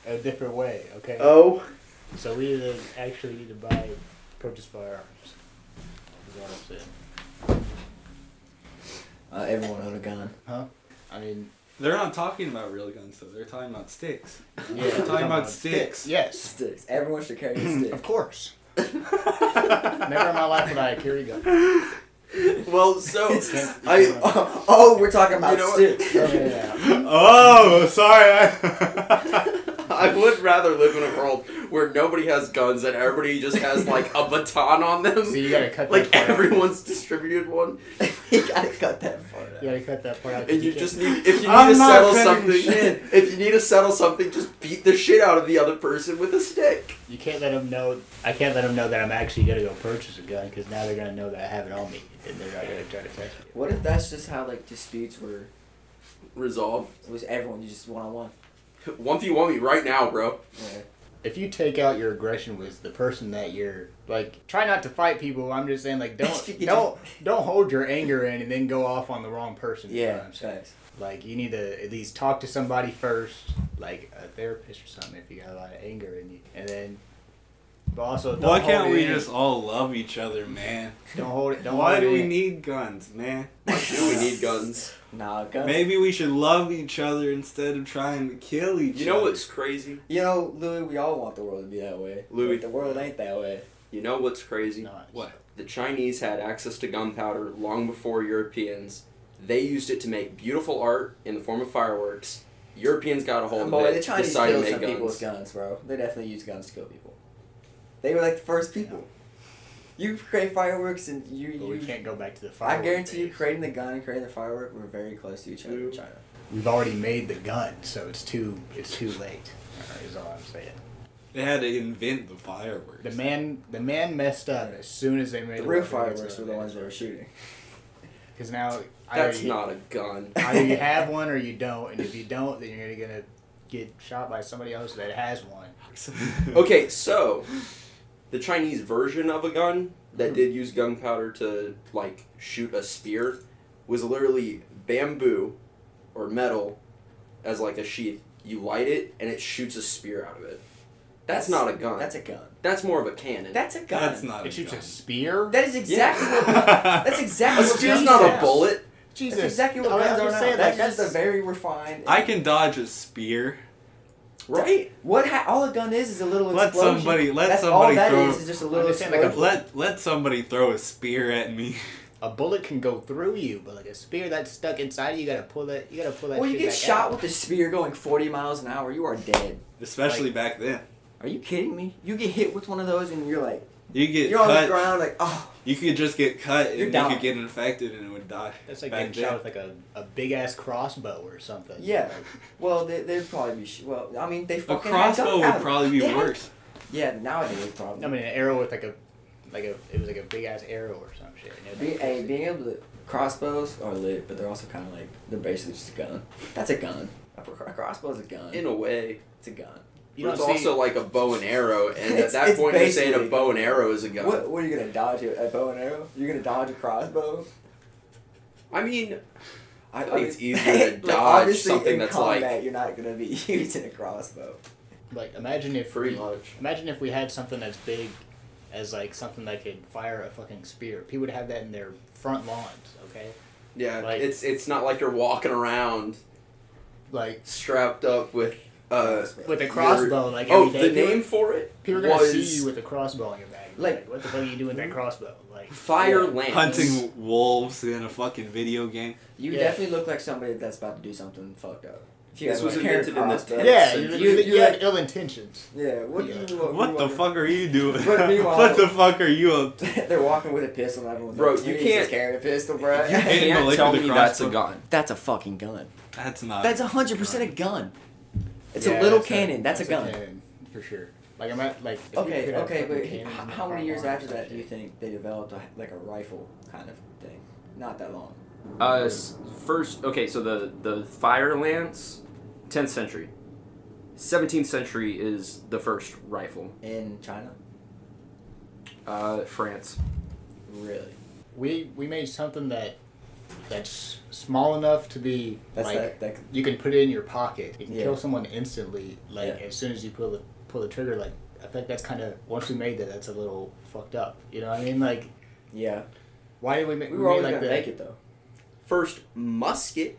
[SPEAKER 1] a different way. Okay.
[SPEAKER 7] Oh,
[SPEAKER 1] So we need to actually need to buy, purchase firearms. Is what I'm saying.
[SPEAKER 3] Uh, everyone owned a gun.
[SPEAKER 1] I mean,
[SPEAKER 2] they're not talking about real guns though. They're talking about sticks.
[SPEAKER 1] yeah.
[SPEAKER 2] We're
[SPEAKER 1] we're
[SPEAKER 2] talking about sticks.
[SPEAKER 1] Yes.
[SPEAKER 3] Sticks. Everyone should carry a
[SPEAKER 1] Of
[SPEAKER 3] stick.
[SPEAKER 1] course. Never in my life would I carry a gun.
[SPEAKER 7] well, so
[SPEAKER 1] Can't-
[SPEAKER 7] I.
[SPEAKER 3] oh, oh, we're talking about
[SPEAKER 7] You know what?
[SPEAKER 3] sticks.
[SPEAKER 1] Yeah, yeah, yeah.
[SPEAKER 2] Oh, sorry. I-
[SPEAKER 7] I would rather live in a world where nobody has guns and everybody just has like a baton on them.
[SPEAKER 1] So you gotta cut
[SPEAKER 7] like
[SPEAKER 1] that part out.
[SPEAKER 7] everyone's distributed one,
[SPEAKER 3] you gotta cut that part out.
[SPEAKER 1] You gotta cut that part out. 'cause
[SPEAKER 7] and you
[SPEAKER 1] can't-
[SPEAKER 7] just need if you need
[SPEAKER 2] I'm
[SPEAKER 7] to
[SPEAKER 2] not
[SPEAKER 7] settle
[SPEAKER 2] cutting
[SPEAKER 7] something.
[SPEAKER 2] shit.
[SPEAKER 7] If you need to settle something, just beat the shit out of the other person with a stick.
[SPEAKER 1] You can't let them know. I can't let them know that I'm actually gonna go purchase a gun because now they're gonna know that I have it on me, and they're not gonna try to touch it.
[SPEAKER 3] What if that's just how like disputes were?
[SPEAKER 7] Resolve.
[SPEAKER 3] It was everyone you just one on one.
[SPEAKER 7] One v one me right now, bro.
[SPEAKER 1] If you take out your aggression with the person that you're like, try not to fight people. I'm just saying, like, don't don't don't hold your anger in and then go off on the wrong person. is what
[SPEAKER 3] Yeah.
[SPEAKER 1] I'm saying.
[SPEAKER 3] Facts.
[SPEAKER 1] Like, you need to at least talk to somebody first, like a therapist or something, if you got a lot of anger in you, and then. But also, don't
[SPEAKER 2] Why
[SPEAKER 1] hold
[SPEAKER 2] can't
[SPEAKER 1] it
[SPEAKER 2] we
[SPEAKER 1] in.
[SPEAKER 2] just all love each other, man?
[SPEAKER 1] don't hold it? Don't
[SPEAKER 2] Why
[SPEAKER 1] hold
[SPEAKER 2] do
[SPEAKER 1] it
[SPEAKER 2] we
[SPEAKER 1] in.
[SPEAKER 2] need guns, man?
[SPEAKER 7] Do we need guns?
[SPEAKER 3] Nah, guns.
[SPEAKER 2] Maybe we should love each other instead of trying to kill each other.
[SPEAKER 7] You know what's crazy?
[SPEAKER 3] You know, Louis, we all want the world to be that way.
[SPEAKER 7] Louis.
[SPEAKER 3] But the world ain't that way.
[SPEAKER 7] You know what's crazy?
[SPEAKER 1] Not.
[SPEAKER 2] What?
[SPEAKER 7] The Chinese had access to gunpowder long before Europeans. They used it to make beautiful art in the form of fireworks. Europeans got a hold of
[SPEAKER 3] Oh, Boy,
[SPEAKER 7] it,
[SPEAKER 3] the Chinese
[SPEAKER 7] Oh, decided
[SPEAKER 3] killed
[SPEAKER 7] to make
[SPEAKER 3] some
[SPEAKER 7] guns.
[SPEAKER 3] people with guns, bro. They definitely use guns to kill people. They were like the first people. You create fireworks and you.
[SPEAKER 1] But
[SPEAKER 3] you
[SPEAKER 1] we can't go back to the fire.
[SPEAKER 3] I guarantee you, creating the gun and creating the firework were very close to each other in China.
[SPEAKER 1] We've already made the gun, so it's too it's too late. Is all I'm saying.
[SPEAKER 2] They had to invent the fireworks.
[SPEAKER 1] The man the man messed up as soon as they made
[SPEAKER 3] The real
[SPEAKER 1] weapon against
[SPEAKER 3] fireworks were the
[SPEAKER 1] man.
[SPEAKER 3] ones that were shooting.
[SPEAKER 1] Because now
[SPEAKER 7] That's
[SPEAKER 1] either,
[SPEAKER 7] not a gun.
[SPEAKER 1] either you have one or you don't, and if you don't, then you're gonna get shot by somebody else that has one.
[SPEAKER 7] okay, so the Chinese version of a gun
[SPEAKER 3] Hmm.
[SPEAKER 7] that did use gunpowder to like shoot a spear was literally bamboo or metal as like a sheath. You light it and it shoots a spear out of it. That's, not a gun.
[SPEAKER 3] That's a gun.
[SPEAKER 7] That's more of a cannon.
[SPEAKER 3] That's a gun.
[SPEAKER 2] That's not a
[SPEAKER 1] It shoots
[SPEAKER 2] gun.
[SPEAKER 1] a spear.
[SPEAKER 3] That is exactly what. That's exactly
[SPEAKER 7] a
[SPEAKER 3] what.
[SPEAKER 7] spear's
[SPEAKER 3] guns
[SPEAKER 7] not
[SPEAKER 3] are.
[SPEAKER 7] a bullet.
[SPEAKER 1] Jesus,
[SPEAKER 3] That's exactly what
[SPEAKER 1] I was
[SPEAKER 3] guns are
[SPEAKER 1] just
[SPEAKER 3] now.
[SPEAKER 1] saying, that's
[SPEAKER 3] That- that's a
[SPEAKER 1] just-
[SPEAKER 3] very refined.
[SPEAKER 2] I can dodge a spear.
[SPEAKER 7] Right?
[SPEAKER 3] What ha- all a gun is is a little
[SPEAKER 2] Let
[SPEAKER 3] explosion.
[SPEAKER 2] somebody- let
[SPEAKER 3] That's
[SPEAKER 2] somebody
[SPEAKER 3] all that is
[SPEAKER 2] throw-
[SPEAKER 3] is just a little
[SPEAKER 1] I'm just saying, like,
[SPEAKER 3] explosion.
[SPEAKER 2] Let let somebody throw a spear at me.
[SPEAKER 1] a bullet can go through you, but like a spear that's stuck inside you, you gotta pull that. You gotta pull that.
[SPEAKER 3] well, you
[SPEAKER 1] shit
[SPEAKER 3] get
[SPEAKER 1] back
[SPEAKER 3] shot
[SPEAKER 1] out.
[SPEAKER 3] with a spear going 40 miles an hour, you are dead.
[SPEAKER 2] Especially back then.
[SPEAKER 3] Are you kidding me? You get hit with one of those and you're like,
[SPEAKER 2] You get
[SPEAKER 3] you're on the
[SPEAKER 2] cut.
[SPEAKER 3] ground like, oh.
[SPEAKER 2] You could just get cut and
[SPEAKER 3] You're
[SPEAKER 2] you
[SPEAKER 3] down.
[SPEAKER 2] could get infected and it would die.
[SPEAKER 1] That's like
[SPEAKER 2] back
[SPEAKER 1] getting shot
[SPEAKER 2] then.
[SPEAKER 1] with like a, a big ass crossbow or something.
[SPEAKER 3] Yeah. Well, they, they'd probably be. Sh- well, I mean, they
[SPEAKER 2] A
[SPEAKER 3] fucking. had
[SPEAKER 2] crossbow
[SPEAKER 3] gunpowder.
[SPEAKER 2] would probably be
[SPEAKER 3] They had-
[SPEAKER 2] worse.
[SPEAKER 3] Yeah, nowadays
[SPEAKER 1] I
[SPEAKER 3] probably.
[SPEAKER 1] mean, an arrow with like a, like a, it was like a big ass arrow or some shit. you know?
[SPEAKER 3] Be, hey, being able to crossbows are lit, but they're also kind of like they're basically just a gun. That's a gun. A, pro- a crossbow is a gun.
[SPEAKER 7] In a way.
[SPEAKER 3] it's a gun.
[SPEAKER 1] You
[SPEAKER 7] but
[SPEAKER 1] don't
[SPEAKER 7] it's
[SPEAKER 1] see-
[SPEAKER 7] also like a bow and arrow, and at
[SPEAKER 3] It's-
[SPEAKER 7] that
[SPEAKER 3] it's
[SPEAKER 7] point you're saying
[SPEAKER 3] basically
[SPEAKER 7] a
[SPEAKER 3] a
[SPEAKER 7] bow and arrow is a gun.
[SPEAKER 3] What? What are you gonna dodge? A a bow and arrow? You're gonna dodge a crossbow?
[SPEAKER 7] I mean,
[SPEAKER 3] I
[SPEAKER 7] I think it's
[SPEAKER 3] mean,
[SPEAKER 7] easier to
[SPEAKER 3] like,
[SPEAKER 7] dodge
[SPEAKER 3] obviously
[SPEAKER 7] something
[SPEAKER 3] in
[SPEAKER 7] that's
[SPEAKER 3] combat,
[SPEAKER 7] like
[SPEAKER 3] you're not gonna be using a crossbow.
[SPEAKER 1] Like imagine if
[SPEAKER 7] pretty
[SPEAKER 1] we-
[SPEAKER 7] much.
[SPEAKER 1] Imagine if we had something as big as like something that could fire a fucking spear. People would have that in their front lawns, okay?
[SPEAKER 7] Yeah,
[SPEAKER 1] Like-
[SPEAKER 7] it's it's not like you're walking around
[SPEAKER 1] Like
[SPEAKER 7] strapped up with uh.
[SPEAKER 1] with a
[SPEAKER 7] your-
[SPEAKER 1] crossbow, like
[SPEAKER 7] oh,
[SPEAKER 1] every day.
[SPEAKER 7] the name for it
[SPEAKER 1] people are gonna
[SPEAKER 7] was
[SPEAKER 1] see you with a crossbow on your back. Like,
[SPEAKER 3] Like-
[SPEAKER 1] what the fuck are you doing with that crossbow? Like,
[SPEAKER 7] fire
[SPEAKER 3] Yeah.
[SPEAKER 7] lance.
[SPEAKER 2] Hunting wolves in a fucking video game.
[SPEAKER 3] You
[SPEAKER 1] Yeah.
[SPEAKER 3] definitely look like somebody that's about to do something fucked up. If you
[SPEAKER 7] This
[SPEAKER 3] have
[SPEAKER 7] was
[SPEAKER 3] a carrot
[SPEAKER 7] invented in this
[SPEAKER 3] crossbow-
[SPEAKER 7] Yeah,
[SPEAKER 1] yeah,
[SPEAKER 7] so
[SPEAKER 1] you,
[SPEAKER 3] you-
[SPEAKER 1] you,
[SPEAKER 3] you
[SPEAKER 1] have
[SPEAKER 3] have-
[SPEAKER 1] ill intentions.
[SPEAKER 3] Yeah, what
[SPEAKER 1] Yeah.
[SPEAKER 3] do you
[SPEAKER 2] What the fuck are you doing?
[SPEAKER 3] But meanwhile-
[SPEAKER 2] what the fuck are you up to?
[SPEAKER 3] They're walking with a pistol and everyone's
[SPEAKER 7] Bro,
[SPEAKER 3] like,
[SPEAKER 7] you
[SPEAKER 3] "Jesus,
[SPEAKER 7] can't-
[SPEAKER 3] carry a pistol, bro.
[SPEAKER 2] You can't-
[SPEAKER 7] Can't
[SPEAKER 2] Like
[SPEAKER 7] tell
[SPEAKER 2] with
[SPEAKER 7] me
[SPEAKER 2] the
[SPEAKER 7] that's a
[SPEAKER 2] crossbow.
[SPEAKER 7] gun.
[SPEAKER 3] That's a fucking gun.
[SPEAKER 2] That's
[SPEAKER 7] Uh,
[SPEAKER 2] not.
[SPEAKER 3] That's a hundred percent a gun. It's
[SPEAKER 1] Yeah,
[SPEAKER 3] a little
[SPEAKER 1] that's
[SPEAKER 3] cannon. that's, a gun.
[SPEAKER 1] cannon, for sure. Like I'm at like. if you
[SPEAKER 3] Okay,
[SPEAKER 1] could have
[SPEAKER 3] okay,
[SPEAKER 1] fucking
[SPEAKER 3] but h-
[SPEAKER 1] cannons in the
[SPEAKER 3] how many
[SPEAKER 1] front
[SPEAKER 3] years
[SPEAKER 1] lawn
[SPEAKER 3] after
[SPEAKER 1] and
[SPEAKER 3] that do you
[SPEAKER 1] shit.
[SPEAKER 3] think they developed a, like a rifle kind of thing? Not that long.
[SPEAKER 4] Uh, s- first, okay, so the the fire lance, 10th century, 17th century is the first rifle.
[SPEAKER 3] In China?
[SPEAKER 4] Uh, France.
[SPEAKER 3] Really?
[SPEAKER 1] we we made something that that's small enough to be
[SPEAKER 3] That's
[SPEAKER 1] like
[SPEAKER 3] that, that
[SPEAKER 1] you can put it in your pocket. You can
[SPEAKER 3] Yeah.
[SPEAKER 1] kill someone instantly, like
[SPEAKER 3] Yeah.
[SPEAKER 1] as soon as you pull the pull the trigger. Like I think that's kind of once we made that, that's a little fucked up. You know what I mean? Like
[SPEAKER 3] Yeah.
[SPEAKER 1] why did we make
[SPEAKER 3] We were always
[SPEAKER 1] like
[SPEAKER 3] gonna
[SPEAKER 1] the,
[SPEAKER 3] make it though.
[SPEAKER 7] First musket.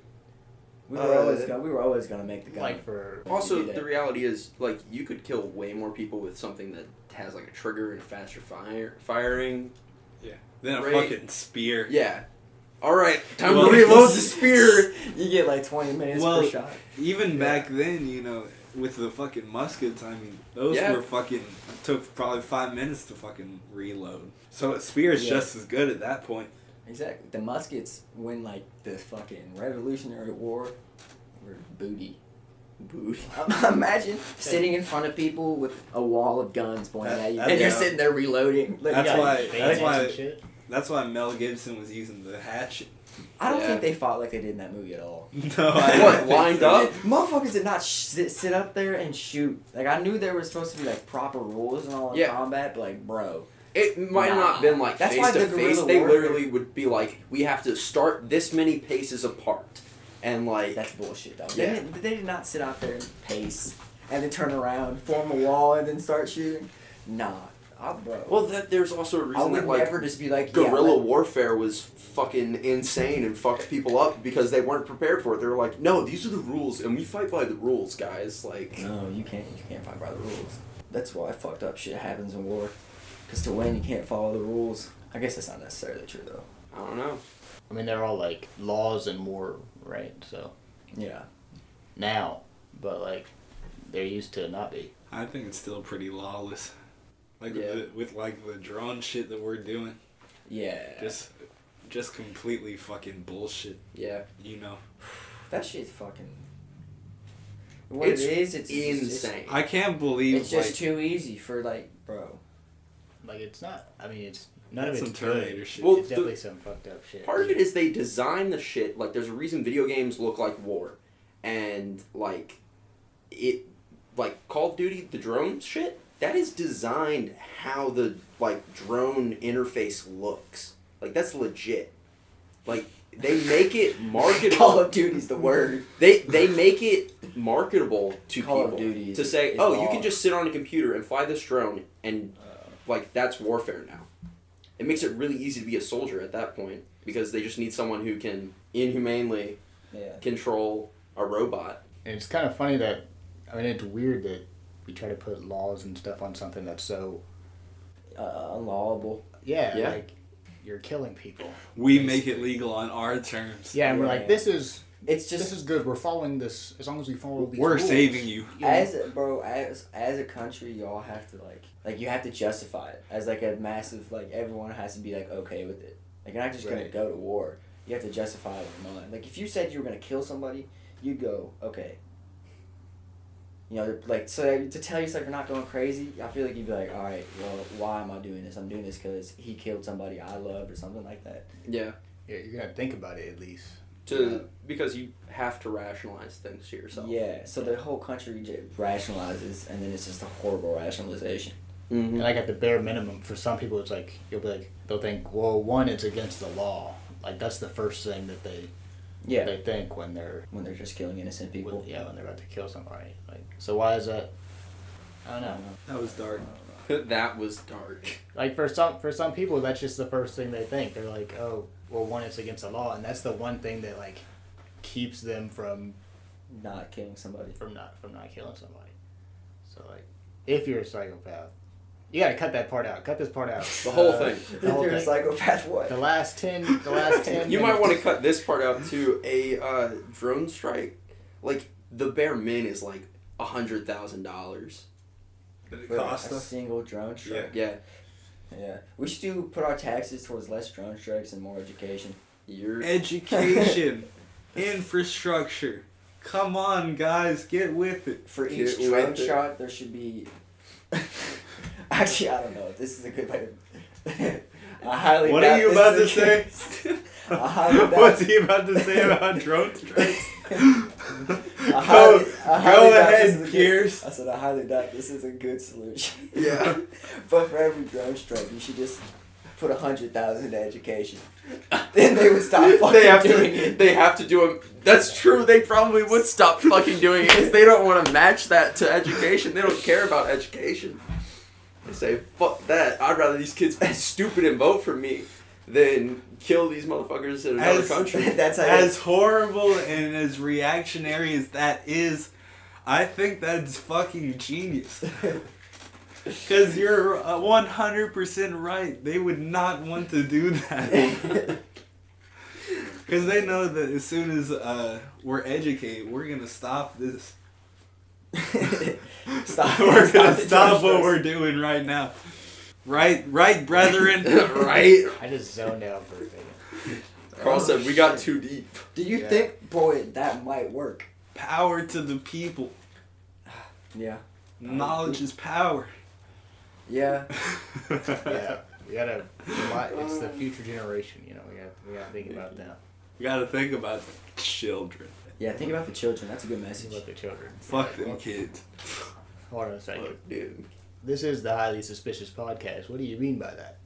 [SPEAKER 3] We were always
[SPEAKER 7] Uh,
[SPEAKER 3] gonna we were always gonna make the gun.
[SPEAKER 1] like for
[SPEAKER 7] Also,
[SPEAKER 3] You do that.
[SPEAKER 7] the reality is like you could kill way more people with something that has like a trigger and faster fire firing.
[SPEAKER 2] Then a
[SPEAKER 7] Right.
[SPEAKER 2] fucking spear.
[SPEAKER 7] Yeah. All right, time
[SPEAKER 2] Well-
[SPEAKER 7] to reload the spear.
[SPEAKER 3] you get like twenty minutes
[SPEAKER 2] Well,
[SPEAKER 3] per shot.
[SPEAKER 2] Even back then, you know, with the fucking muskets, I mean, those
[SPEAKER 7] Yeah.
[SPEAKER 2] were fucking took probably five minutes to fucking reload. So a spear is
[SPEAKER 3] Yeah.
[SPEAKER 2] just as good at that point.
[SPEAKER 3] Exactly. The muskets win like the fucking Revolutionary War were booty. Booty. Imagine sitting in front of people with a wall of guns pointing
[SPEAKER 2] That-
[SPEAKER 3] at you,
[SPEAKER 2] that's-
[SPEAKER 3] and you're
[SPEAKER 2] yeah.
[SPEAKER 3] sitting there reloading. Like,
[SPEAKER 2] That's
[SPEAKER 3] yeah,
[SPEAKER 2] why-
[SPEAKER 1] like,
[SPEAKER 2] that's
[SPEAKER 1] bayonets
[SPEAKER 2] why-
[SPEAKER 1] and shit.
[SPEAKER 2] That's why Mel Gibson was using the hatchet.
[SPEAKER 3] I don't
[SPEAKER 7] Yeah.
[SPEAKER 3] think they fought like they did in that movie at all.
[SPEAKER 2] No, I
[SPEAKER 7] What lined up?
[SPEAKER 3] Motherfuckers did not sh- sit, sit up there and shoot. Like I knew there was supposed to be like proper rules and all in
[SPEAKER 7] Yeah.
[SPEAKER 3] combat, but like, bro,
[SPEAKER 7] It might
[SPEAKER 3] Nah.
[SPEAKER 7] not been like
[SPEAKER 3] That's
[SPEAKER 7] face
[SPEAKER 3] why
[SPEAKER 7] to
[SPEAKER 3] the
[SPEAKER 7] face.
[SPEAKER 3] guerrilla
[SPEAKER 7] They
[SPEAKER 3] warfare-
[SPEAKER 7] literally would be like, we have to start this many paces apart, and like
[SPEAKER 3] that's bullshit though.
[SPEAKER 7] Yeah.
[SPEAKER 3] They, didn't, they did not sit out there and pace and then turn around, form a wall, and then start shooting. Nah, I, bro.
[SPEAKER 7] Well, that there's also a
[SPEAKER 3] I
[SPEAKER 7] reason
[SPEAKER 3] would
[SPEAKER 7] that like
[SPEAKER 3] never just be like yeah,
[SPEAKER 7] guerrilla
[SPEAKER 3] let-
[SPEAKER 7] warfare was fucking insane and fucked people up because they weren't prepared for it. They were like, no, these are the rules, and we fight by the rules, guys. Like,
[SPEAKER 3] No, you can't. You can't fight by the rules. That's why fucked up shit happens in war. Cause to win, you can't follow the rules. I guess that's not necessarily true though.
[SPEAKER 7] I don't know.
[SPEAKER 1] I mean, they're all like laws and war, right? So
[SPEAKER 3] Yeah.
[SPEAKER 1] now, but like they're used to not be.
[SPEAKER 2] I think it's still pretty lawless. Like
[SPEAKER 7] Yeah.
[SPEAKER 2] with, with like the drone shit that we're doing,
[SPEAKER 3] Yeah.
[SPEAKER 2] just just completely fucking bullshit.
[SPEAKER 7] Yeah,
[SPEAKER 2] You know,
[SPEAKER 3] that shit's fucking. What
[SPEAKER 7] It's
[SPEAKER 3] it is, it's it's just-
[SPEAKER 7] insane.
[SPEAKER 2] I can't believe
[SPEAKER 3] It's just
[SPEAKER 2] like
[SPEAKER 3] too easy for like, bro.
[SPEAKER 1] Like it's not. I mean, it's none of
[SPEAKER 2] That's
[SPEAKER 1] it's
[SPEAKER 2] some Terminator
[SPEAKER 1] good.
[SPEAKER 2] shit.
[SPEAKER 7] Well,
[SPEAKER 1] it's definitely
[SPEAKER 7] the-
[SPEAKER 1] some fucked up shit.
[SPEAKER 7] Part of it is they design the shit like there's a reason video games look like war, and like it like Call of Duty the drone shit that is designed how the like drone interface looks like that's legit. Like they make it
[SPEAKER 3] Call
[SPEAKER 7] marketable.
[SPEAKER 3] of Duty's the word.
[SPEAKER 7] They they make it marketable to
[SPEAKER 3] Call of
[SPEAKER 7] people
[SPEAKER 3] Duty
[SPEAKER 7] to say
[SPEAKER 3] is
[SPEAKER 7] oh you
[SPEAKER 3] law. Uh.
[SPEAKER 7] can just sit on a computer and fly this drone and like that's warfare now. It makes it really easy to be a soldier at that point because they just need someone who can inhumanely
[SPEAKER 3] Yeah.
[SPEAKER 7] control a robot.
[SPEAKER 1] And it's kind of funny that I mean, it's weird that we try to put laws and stuff on something that's so
[SPEAKER 3] Uh, unlawable.
[SPEAKER 1] yeah,
[SPEAKER 7] Yeah.
[SPEAKER 1] like you're killing people.
[SPEAKER 2] We make it legal on our terms.
[SPEAKER 1] Yeah, and we're like,
[SPEAKER 3] Yeah.
[SPEAKER 1] this is
[SPEAKER 3] It's just
[SPEAKER 1] this is good. We're following this as long as we follow these.
[SPEAKER 2] We're
[SPEAKER 1] rules.
[SPEAKER 2] saving you.
[SPEAKER 3] as bro as as a country y'all have to like like you have to justify it as like a massive like everyone has to be like okay with it like you're not just gonna
[SPEAKER 1] Right.
[SPEAKER 3] go to war you have to justify it in mind like if you said you were gonna kill somebody you'd go okay you know like so that- to tell yourself you're not going crazy I feel like you'd be like all right well why am I doing this I'm doing this because he killed somebody I loved or something like that
[SPEAKER 7] Yeah.
[SPEAKER 1] Yeah, you're gonna think about it at least.
[SPEAKER 7] To because you have to rationalize things to yourself.
[SPEAKER 3] yeah so the whole country j- rationalizes and then it's just a horrible rationalization
[SPEAKER 7] Mm-hmm.
[SPEAKER 1] And like at the bare minimum, for some people, it's like you'll be like they'll think, well, one, it's against the law. Like that's the first thing that they
[SPEAKER 3] yeah
[SPEAKER 1] they think when they're
[SPEAKER 3] when they're just killing innocent people
[SPEAKER 1] when, yeah when they're about to kill somebody. Like so, why is that? I don't know.
[SPEAKER 2] That was dark.
[SPEAKER 7] that was dark.
[SPEAKER 1] Like for some for some people, that's just the first thing they think. They're like, oh, well, one, it's against the law, and that's the one thing that like keeps them from
[SPEAKER 3] not killing somebody.
[SPEAKER 1] from not from not killing somebody. So like, if you're a psychopath, you gotta cut that part out. Cut this part out.
[SPEAKER 7] The whole
[SPEAKER 1] Uh,
[SPEAKER 7] thing.
[SPEAKER 1] The, whole thing.
[SPEAKER 3] psychopath, what?
[SPEAKER 1] the last ten. The last ten.
[SPEAKER 7] You might want to
[SPEAKER 1] minutes.
[SPEAKER 7] cut this part out too. A uh, drone strike, like the bare min is like a hundred thousand dollars.
[SPEAKER 2] Did it
[SPEAKER 3] For a
[SPEAKER 2] cost us?
[SPEAKER 3] single drone strike.
[SPEAKER 7] Yeah,
[SPEAKER 3] Yeah. We should do put our taxes towards less drone strikes and more education.
[SPEAKER 7] you're
[SPEAKER 2] Education, infrastructure. Come on, guys, get with it.
[SPEAKER 3] For
[SPEAKER 7] Get
[SPEAKER 3] each
[SPEAKER 7] with
[SPEAKER 3] drone
[SPEAKER 7] it.
[SPEAKER 3] shot, there should be. Actually, I don't know if this is a good way to. I highly
[SPEAKER 2] What
[SPEAKER 3] doubt
[SPEAKER 2] are you
[SPEAKER 3] this
[SPEAKER 2] about to
[SPEAKER 3] is a
[SPEAKER 2] say?
[SPEAKER 3] good- I highly doubt-
[SPEAKER 2] What's he about to say about drone strikes?
[SPEAKER 3] I highly-
[SPEAKER 2] go
[SPEAKER 3] I highly
[SPEAKER 2] go
[SPEAKER 3] doubt this is a
[SPEAKER 2] ahead,
[SPEAKER 3] good-
[SPEAKER 2] Pierce.
[SPEAKER 3] I said I highly doubt this is a good solution.
[SPEAKER 7] Yeah.
[SPEAKER 3] but for every drone strike, you should just put a hundred thousand to education. then they would stop fucking
[SPEAKER 7] they have
[SPEAKER 3] doing
[SPEAKER 7] to.
[SPEAKER 3] it.
[SPEAKER 7] They have to do them. That's true. They probably would stop fucking doing it because they don't want to match that to education. They don't care about education. They say fuck that. I'd rather these kids be stupid and vote for me than kill these motherfuckers in another
[SPEAKER 2] As-
[SPEAKER 7] country.
[SPEAKER 3] That's how.
[SPEAKER 2] As horrible and as reactionary as that is, I think that's fucking genius. Because you're uh, 100% right. They would not want to do that. Because they know that as soon as uh, we're educated, we're going to stop this.
[SPEAKER 3] Stop.
[SPEAKER 2] we're going
[SPEAKER 3] Stop
[SPEAKER 2] to
[SPEAKER 3] the
[SPEAKER 2] stop what
[SPEAKER 3] drone
[SPEAKER 2] we're doing right now. Right, right, brethren.
[SPEAKER 7] right?
[SPEAKER 1] I just zoned out for a second.
[SPEAKER 7] Carl
[SPEAKER 3] Oh,
[SPEAKER 7] said we got too deep.
[SPEAKER 3] Do you
[SPEAKER 1] Yeah.
[SPEAKER 3] think, boy, that might work?
[SPEAKER 2] Power to the people.
[SPEAKER 3] Yeah.
[SPEAKER 2] Knowledge is power.
[SPEAKER 3] Yeah.
[SPEAKER 1] Yeah, we gotta. rely- It's the future generation. You know, we gotta we gotta think about them.
[SPEAKER 2] You gotta think about the children.
[SPEAKER 3] Yeah. Think about the children. That's a good
[SPEAKER 1] Think
[SPEAKER 3] message.
[SPEAKER 1] about the children.
[SPEAKER 2] Fuck them kids.
[SPEAKER 1] Hold on a second.
[SPEAKER 7] Dude.
[SPEAKER 1] This is the highly suspicious podcast. What do you mean by that?